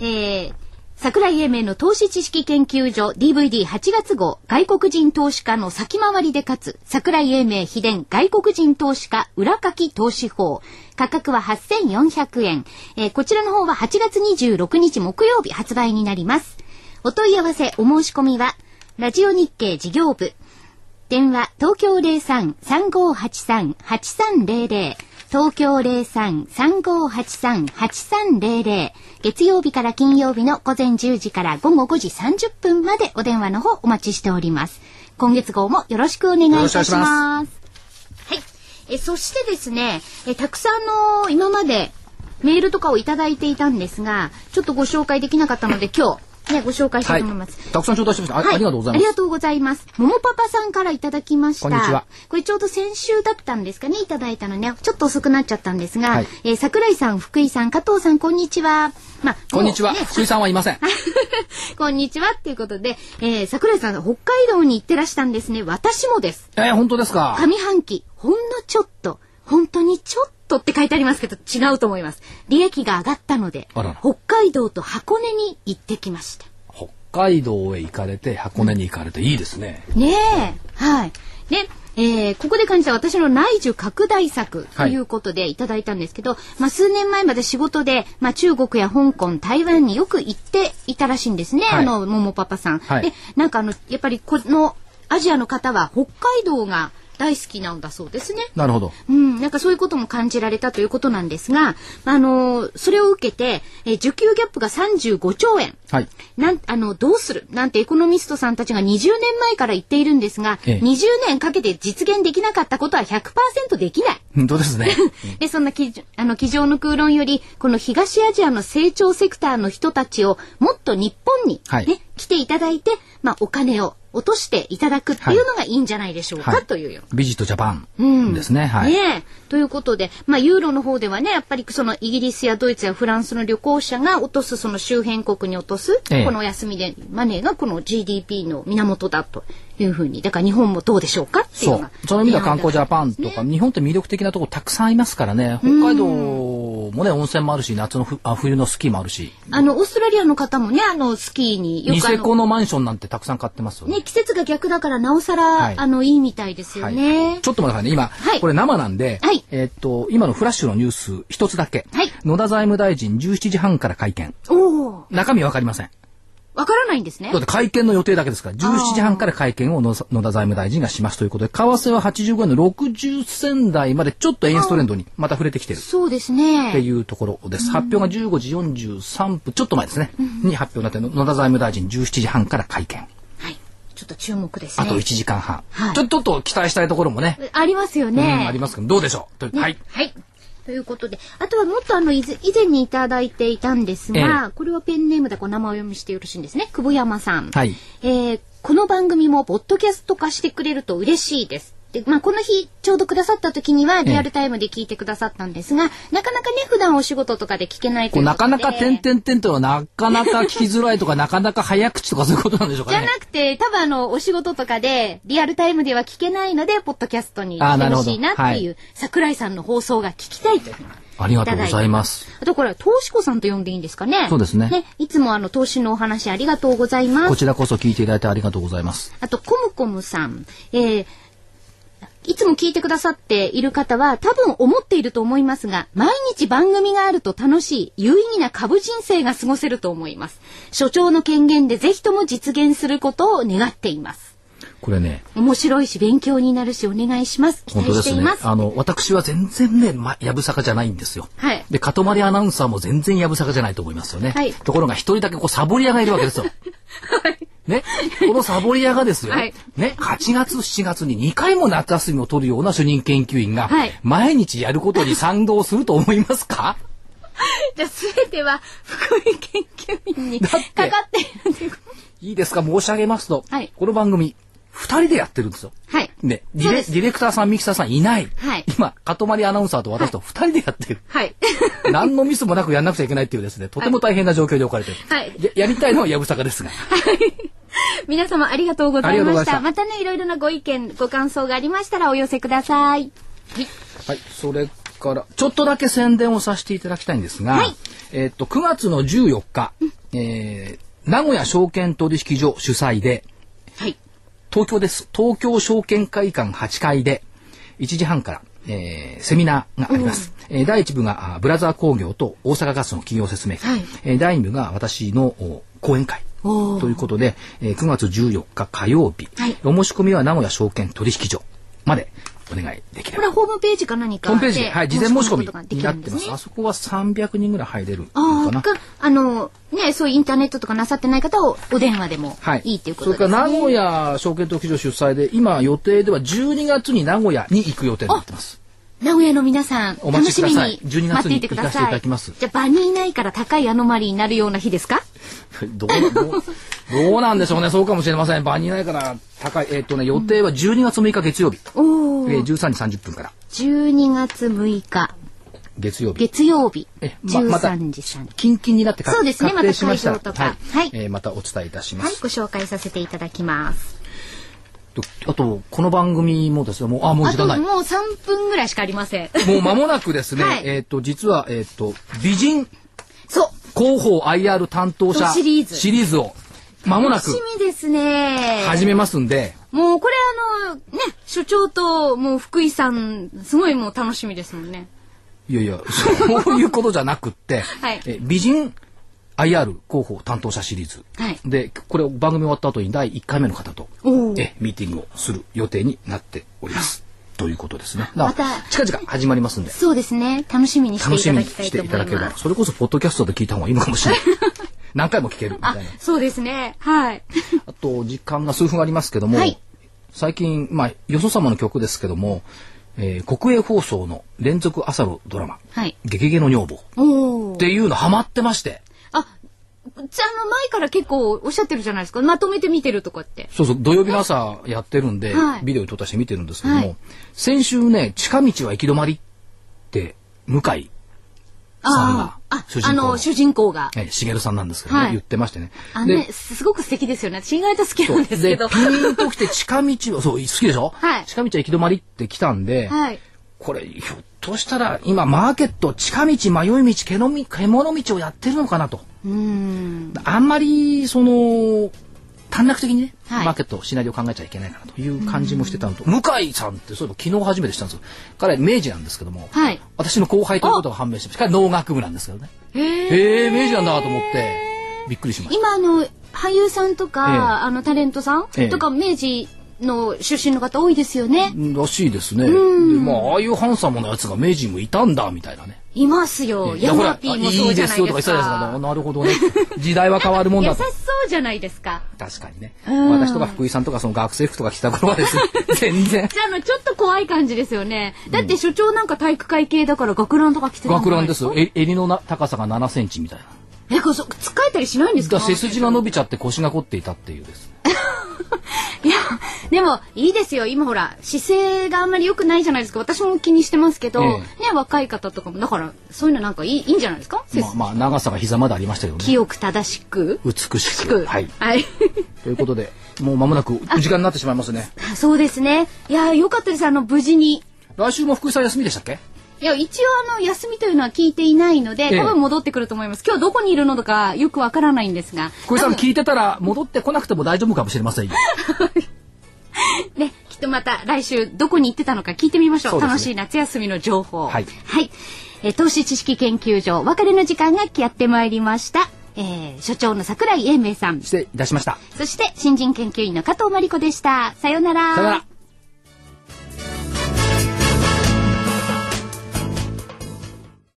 Speaker 2: えー、桜井英明の投資知識研究所 DVD8 月号外国人投資家の先回りで勝つ桜井英明秘伝外国人投資家裏書き投資法価格は8400円、えーこちらの方は8月26日木曜日発売になりますお問い合わせお申し込みはラジオ日経事業部電話、東京03-3583-8300。東京03-3583-8300。月曜日から金曜日の午前10時から午後5時30分までお電話の方お待ちしております。今月号もよろしくお願いいたします。
Speaker 1: よろしくお
Speaker 2: はい。え、そしてですね、え、たくさんの今までメールとかをいただいていたんですが、ちょっとご紹介できなかったので今日、ね、ご紹介したいと思います。
Speaker 1: たくさん頂戴しました。あ,、
Speaker 2: はい
Speaker 1: ありがとうございま
Speaker 2: あり
Speaker 1: す
Speaker 2: が。とうございます。ももパパさんからいただきました。
Speaker 1: こんにちは
Speaker 2: これちょうど先週だったんですかね、いただいたのね。ちょっと遅くなっちゃったんですが、
Speaker 1: はい
Speaker 2: えー桜井さん、福井さん、加藤さん、こんにちは。まあ、
Speaker 1: こんにちは。
Speaker 2: もうね
Speaker 1: 福井さんはいません。
Speaker 2: こんにちは。ということで、えー桜井さん、北海道に行ってらしたんですね。私もです。
Speaker 1: えー、本当ですか。
Speaker 2: 上半期、ほんのちょっと、本当にちょっとって書いてありますけど、違うと思います。利益が上がったので、
Speaker 1: あらら
Speaker 2: 北海道と箱根に行ってきました。
Speaker 1: 北海道へ行かれて、箱根に行かれていいですね。
Speaker 2: ねえ、はい。で、えーここで感じた私の内需拡大策ということでいただいたんですけど、まあ数年前まで仕事で、まあ中国や香港、台湾によく行っていたらしいんですね、
Speaker 1: はい
Speaker 2: あの、ももパパさん。
Speaker 1: はい
Speaker 2: で、なんかあの、やっぱりこのアジアの方は北海道が大好きなんだそうですね。
Speaker 1: なるほど。
Speaker 2: うん、なんかそういうことも感じられたということなんですが、あのそれを受けて、えー需給ギャップが35兆円。
Speaker 1: はい。
Speaker 2: なんあのどうするなんてエコノミストさんたちが20年前から言っているんですが、
Speaker 1: ええ
Speaker 2: 20年かけて実現できなかったことは100%できない。
Speaker 1: 本当 ですね。
Speaker 2: でそんな机上あの机上の空論よりこの東アジアの成長セクターの人たちをもっと日本に、ね
Speaker 1: はい
Speaker 2: 来ていただいて、まあ、お金を落としていただくっていうのがいいんじゃないでしょうか、
Speaker 1: はい
Speaker 2: というような
Speaker 1: ビジットジャパンですね。はい。
Speaker 2: ねえということで、まあ、ユーロの方ではね、やっぱりそのイギリスやドイツやフランスの旅行者が落とす、その周辺国に落とす、
Speaker 1: ええ
Speaker 2: このお休みでマネーがこの GDP の源だというふうに、だから日本もどうでしょうかっていう
Speaker 1: そ
Speaker 2: の
Speaker 1: う
Speaker 2: が。
Speaker 1: その意味では観光ジャパンとか、日本って魅力的なところたくさんありますからね。北海道もね、温泉もあるし、夏のふあ冬のスキーもあるし、
Speaker 2: あの、オーストラリアの方もね、あの、スキーによ
Speaker 1: ニ
Speaker 2: くあ
Speaker 1: セコ
Speaker 2: の、
Speaker 1: のマンションなんてたくさん買ってますよね
Speaker 2: ね、。季節が逆だからなおさら、
Speaker 1: はい
Speaker 2: あの、いいみたいですよ
Speaker 1: はい
Speaker 2: ね。
Speaker 1: ちょっと待ってくださいね。今、
Speaker 2: はい
Speaker 1: これ生なんで、
Speaker 2: はい
Speaker 1: えーっと、今のフラッシュのニュース一つだけ、
Speaker 2: はい
Speaker 1: 野田財務大臣17時半から会見。
Speaker 2: おお
Speaker 1: 中身わかりません。
Speaker 2: わからないんですね
Speaker 1: だっ。て会見の予定だけですから、17時半から会見を野田野田財務大臣がしますということで、為替は85円の60銭台までちょっと円安トレンドにまた触れてきてる。
Speaker 2: そうです
Speaker 1: って
Speaker 2: ね。
Speaker 1: いうところです。発表が15時43分、ちょっと前ですね、に発表になって、野田財務大臣17時半から会見。
Speaker 2: はい。ちょっと注目です
Speaker 1: あ
Speaker 2: ね。
Speaker 1: と1時間半。
Speaker 2: はい
Speaker 1: ちょちょっと期待したいところもね、
Speaker 2: ありますよね。
Speaker 1: うんありますけど、どうでしょうというはい。
Speaker 2: はい。ということで、あとはもっとあの、いず以前にいただいていたんですが、
Speaker 1: え
Speaker 2: これはペンネームでお名前を読みしてよろしいんですね。久保山さん。
Speaker 1: はい
Speaker 2: えーこの番組もポッドキャスト化してくれると嬉しいです。で、まあ、この日、ちょうどくださった時には、リアルタイムで聞いてくださったんですが、なかなかね、普段お仕事とかで聞けないと
Speaker 1: こ
Speaker 2: いううこ
Speaker 1: なかな
Speaker 2: とで。
Speaker 1: か点々点というのはなかなか聞きづらいとかなかなか早口とかそういうことなんでしょうか
Speaker 2: じゃ
Speaker 1: ね
Speaker 2: な。くて、多分あの、お仕事とかで、リアルタイムでは聞けないので、ポッドキャストに
Speaker 1: あー
Speaker 2: 聞いて
Speaker 1: なる
Speaker 2: ほ
Speaker 1: ほど
Speaker 2: しいなっていう、
Speaker 1: は
Speaker 2: 桜井さんの放送が聞きたいというふうに
Speaker 1: ありがとうございます。
Speaker 2: あとこれ、投資子さんと呼んでいいんですかね。
Speaker 1: そうですね
Speaker 2: いつもあの、投資のお話ありがとうございま
Speaker 1: こ
Speaker 2: す。
Speaker 1: ちらこそ聞いていただいてありがとうございます。
Speaker 2: あと、コムコムさん。えーいつも聞いてくださっている方は多分思っていると思いますが、毎日番組があると楽しい、有意義な株人生が過ごせると思います。所長の権限でぜひとも実現することを願っています。
Speaker 1: これね、
Speaker 2: 面白いし勉強になるしお願いします。期
Speaker 1: 本
Speaker 2: 待
Speaker 1: 当で
Speaker 2: して
Speaker 1: す
Speaker 2: い
Speaker 1: ね
Speaker 2: ま。す。
Speaker 1: あの、私は全然ね、ま、やぶさかじゃないんですよ。
Speaker 2: はい。
Speaker 1: で、かとまりアナウンサーも全然やぶさかじゃないと思いますよね。
Speaker 2: はい
Speaker 1: ところが一人だけこうサボり屋がいるわけです よ。ね、このサボり屋がですよ、
Speaker 2: はい
Speaker 1: ね、8月、7月に2回も夏休みを取るような主任研究員が
Speaker 2: はい、
Speaker 1: 毎日やることに賛同すると思います か
Speaker 2: じゃあ全ては福井研究員にかかっているということ
Speaker 1: いいですか申し上げますと、
Speaker 2: はい
Speaker 1: この番組、二人でやってるんですよ。
Speaker 2: はい。
Speaker 1: ね、ディ
Speaker 2: そう
Speaker 1: レ
Speaker 2: で
Speaker 1: デ
Speaker 2: す
Speaker 1: ィレクターさん、ミキサーさんいない。
Speaker 2: はい
Speaker 1: 今、かとまりアナウンサーと私と二人でやってる。
Speaker 2: はい。
Speaker 1: 何のミスもなくやんなくちゃいけないっていうですね、とても大変な状況で置かれてる。
Speaker 2: はい
Speaker 1: ややりたいのはやぶさか ですが。
Speaker 2: 皆様ありがとうございま
Speaker 1: ありがとうございま
Speaker 2: し
Speaker 1: した
Speaker 2: た。またね、いろいろなご意見、ご感想がありましたらお寄せください。
Speaker 1: はい、それから、ちょっとだけ宣伝をさせていただきたいんですが、
Speaker 2: はい
Speaker 1: えっと、9月の14日、えー、名古屋証券取引所主催で、
Speaker 2: はい。
Speaker 1: 東京です。東京証券会館8階で、1時半から、えーセミナーがあります。えー第1部が、あブラザー工業と大阪ガスの企業説明会。
Speaker 2: はい
Speaker 1: えー第2部が、私のお講演会。
Speaker 2: おー
Speaker 1: ということで、えー9月14日火曜日、
Speaker 2: はい
Speaker 1: お申し込みは名古屋証券取引所までお願いできれ
Speaker 2: こ
Speaker 1: ば
Speaker 2: れはホームページか何
Speaker 1: ホ
Speaker 2: か
Speaker 1: ームページで、はい、事前申し込
Speaker 2: ことが
Speaker 1: み
Speaker 2: で
Speaker 1: に
Speaker 2: き
Speaker 1: な
Speaker 2: る
Speaker 1: っ
Speaker 2: んで
Speaker 1: て
Speaker 2: す
Speaker 1: ま
Speaker 2: ね
Speaker 1: す。あそこは300人ぐらい入れるのか
Speaker 2: ああ、
Speaker 1: な。
Speaker 2: か、あの、ね、そういうインターネットとかなさってない方をお電話でも
Speaker 1: はい。
Speaker 2: いいっていうことです
Speaker 1: それ
Speaker 2: ね。
Speaker 1: から名古屋証券取引所主催で、今予定では12月に名古屋に行く予定になってます。
Speaker 2: 名古屋の皆さん、
Speaker 1: お待
Speaker 2: 楽
Speaker 1: ちく
Speaker 2: し
Speaker 1: だ
Speaker 2: みに
Speaker 1: さい
Speaker 2: 待っていてく
Speaker 1: 12月に行か
Speaker 2: ださい。
Speaker 1: せていただきます
Speaker 2: じゃあ、場にいないから高いアノマリーになるような日ですか
Speaker 1: どう、どう、どうなんでしょうね。そうかもしれません。場にいないから高い。えっ、とね、予定は12月6日月曜日。
Speaker 2: おお、
Speaker 1: えー、13時30分から
Speaker 2: 12月6日、
Speaker 1: 月曜日。
Speaker 2: 月曜日、
Speaker 1: えままた
Speaker 2: 13時3
Speaker 1: キンキンになってか
Speaker 2: そうですね
Speaker 1: 確定しましたら
Speaker 2: また会場とか
Speaker 1: は
Speaker 2: はい
Speaker 1: い。えーまたお伝えいたしま
Speaker 2: はい
Speaker 1: す、。
Speaker 2: ご紹介させていただきます。
Speaker 1: とあと、この番組もですね、もう、あ、もう
Speaker 2: あ
Speaker 1: 時
Speaker 2: と
Speaker 1: 間ない。
Speaker 2: もう3分ぐらいしかありません。
Speaker 1: もう間もなくですね、
Speaker 2: はい
Speaker 1: えっ、と、実は、えっ、と、美人
Speaker 2: そう、
Speaker 1: 広報 IR 担当者
Speaker 2: シリーズ
Speaker 1: シリーズを、間もなく
Speaker 2: 楽しみですね。
Speaker 1: 始めますんで、
Speaker 2: もうこれあの、ね、所長ともう福井さん、すごいもう楽しみですもんね。
Speaker 1: いやいや、そういうことじゃなくって、
Speaker 2: はい
Speaker 1: え美人 IR 広報担当者シリーズ。
Speaker 2: はい
Speaker 1: で、これを番組終わった後に第1回目の方と、
Speaker 2: おー
Speaker 1: えミーティングをする予定になっております。ということですね。
Speaker 2: ま
Speaker 1: ま
Speaker 2: た
Speaker 1: 近々始まりますんで、
Speaker 2: そうですね。楽しみにして
Speaker 1: 楽
Speaker 2: い
Speaker 1: したみに
Speaker 2: だきた
Speaker 1: し
Speaker 2: い
Speaker 1: て
Speaker 2: と
Speaker 1: い
Speaker 2: 思
Speaker 1: ただ
Speaker 2: い
Speaker 1: ければ、
Speaker 2: ます。
Speaker 1: それこそポッドキャストで聞いた方がいいのかもし れない。何回も聞けるみたい
Speaker 2: あ
Speaker 1: な。、
Speaker 2: そうですね。 はい。
Speaker 1: あと、時間が数分ありますけども、
Speaker 2: はい
Speaker 1: 最近、まあ、よそ様の曲ですけども、えー国営放送の連続朝のドラマ、
Speaker 2: はい
Speaker 1: 激ゲの女房っ
Speaker 2: おお。
Speaker 1: ていうのハマってまして、
Speaker 2: あ、じゃああの前から結構おっしゃってるじゃないですか。まとめて見てるとかって。
Speaker 1: そうそう、土曜日の朝やってるんで、
Speaker 2: はい
Speaker 1: ビデオに撮ったして見てるんですけども、
Speaker 2: はい
Speaker 1: 先週ね、近道は行き止まりって、向井さんが
Speaker 2: あーあ
Speaker 1: 主、人
Speaker 2: あ
Speaker 1: 公の
Speaker 2: の、主人公が。
Speaker 1: えー、しげるさんなんですけどね、
Speaker 2: はい
Speaker 1: 言ってましてね。
Speaker 2: あのね、すすごく素敵ですよね。私意外と好き
Speaker 1: そ
Speaker 2: な
Speaker 1: うん
Speaker 2: ですけ
Speaker 1: で、ピ
Speaker 2: ど。
Speaker 1: ーンと来て近道を、そう、好きでしょ、
Speaker 2: はい
Speaker 1: 近道は行き止まりって来たんで、
Speaker 2: はい。
Speaker 1: これひょっとしたら今マーケット近道迷い道けのみ獣道をやってるのかなと
Speaker 2: うーん。
Speaker 1: あんまりその短絡的にね、
Speaker 2: はい
Speaker 1: マーケットシナリオ考えちゃいけないかなという感じもしてたのと向井さんってそういえば昨日初めてしたんですよ彼明治なんですけども、
Speaker 2: はい
Speaker 1: 私の後輩ということが判明してます彼農学部なんですけどね
Speaker 2: へ
Speaker 1: へ
Speaker 2: え。
Speaker 1: え明治なんだと思ってびっくりしました
Speaker 2: 今あの、俳優さんとか、
Speaker 1: ええ
Speaker 2: あの、タレントさん、
Speaker 1: ええ
Speaker 2: とか、明治の出身の方多いですよね。
Speaker 1: らしいですねでまあああいうハンサムなやつが明治にもいたんだみたいなね
Speaker 2: いますよ。
Speaker 1: いや
Speaker 2: ヤ
Speaker 1: ほ
Speaker 2: マ
Speaker 1: ら
Speaker 2: ピーもそうじゃない
Speaker 1: いいですよとか言ってた
Speaker 2: です
Speaker 1: じゃないですか
Speaker 2: か。
Speaker 1: なるほどね時代は変わるもん
Speaker 2: 優
Speaker 1: だ
Speaker 2: し
Speaker 1: と
Speaker 2: そうじゃないですか。
Speaker 1: 確かにね、
Speaker 2: うん
Speaker 1: 私とか福井さんとかその学生服とか着た頃はです ね全然
Speaker 2: じゃああの、ちょっと怖い感じですよね。だって所長なんか体育会系だから学ランとか着てたんじゃない
Speaker 1: 学ランです
Speaker 2: か
Speaker 1: よえ襟のな高さが7センチみたいな
Speaker 2: え、こそ、つっかえたりしないんです
Speaker 1: だか
Speaker 2: から
Speaker 1: 背筋が伸びちゃって腰が凝っていたっていうですね
Speaker 2: いや、でも、いいですよ。今ほら、姿勢があんまり良くないじゃないですか。私も気にしてますけど、
Speaker 1: ええ
Speaker 2: ね、若い方とかも、だから、そういうのなんかいいいいんじゃないですか、背
Speaker 1: まあ、まあ長さが膝までありましたよね
Speaker 2: 清く正しく。
Speaker 1: 美しくはい
Speaker 2: はい。
Speaker 1: ということでもう間もなく時間になってしまいますね
Speaker 2: そうですね。いや、良かったです。あの、無事に。
Speaker 1: 来週も福井さん休みでしたっけ
Speaker 2: いや、一応あの、休みというのは聞いていないので、
Speaker 1: ええ
Speaker 2: 多分戻ってくると思います。今日どこにいるのかよくわからないんですが、
Speaker 1: 福井さん聞いてたら戻ってこなくても大丈夫かもしれませんよ
Speaker 2: ね、きっとまた来週どこに行ってたのか聞いてみましょう。
Speaker 1: そうですね
Speaker 2: 楽しい夏休みの情報。
Speaker 1: はい
Speaker 2: えー投資知識研究所、お別れの時間がやってまいりました。えー、所長の桜井英明さん、
Speaker 1: 失礼いたしました
Speaker 2: そして新人研究員の加藤真理子でした。さようなら。
Speaker 1: さよなら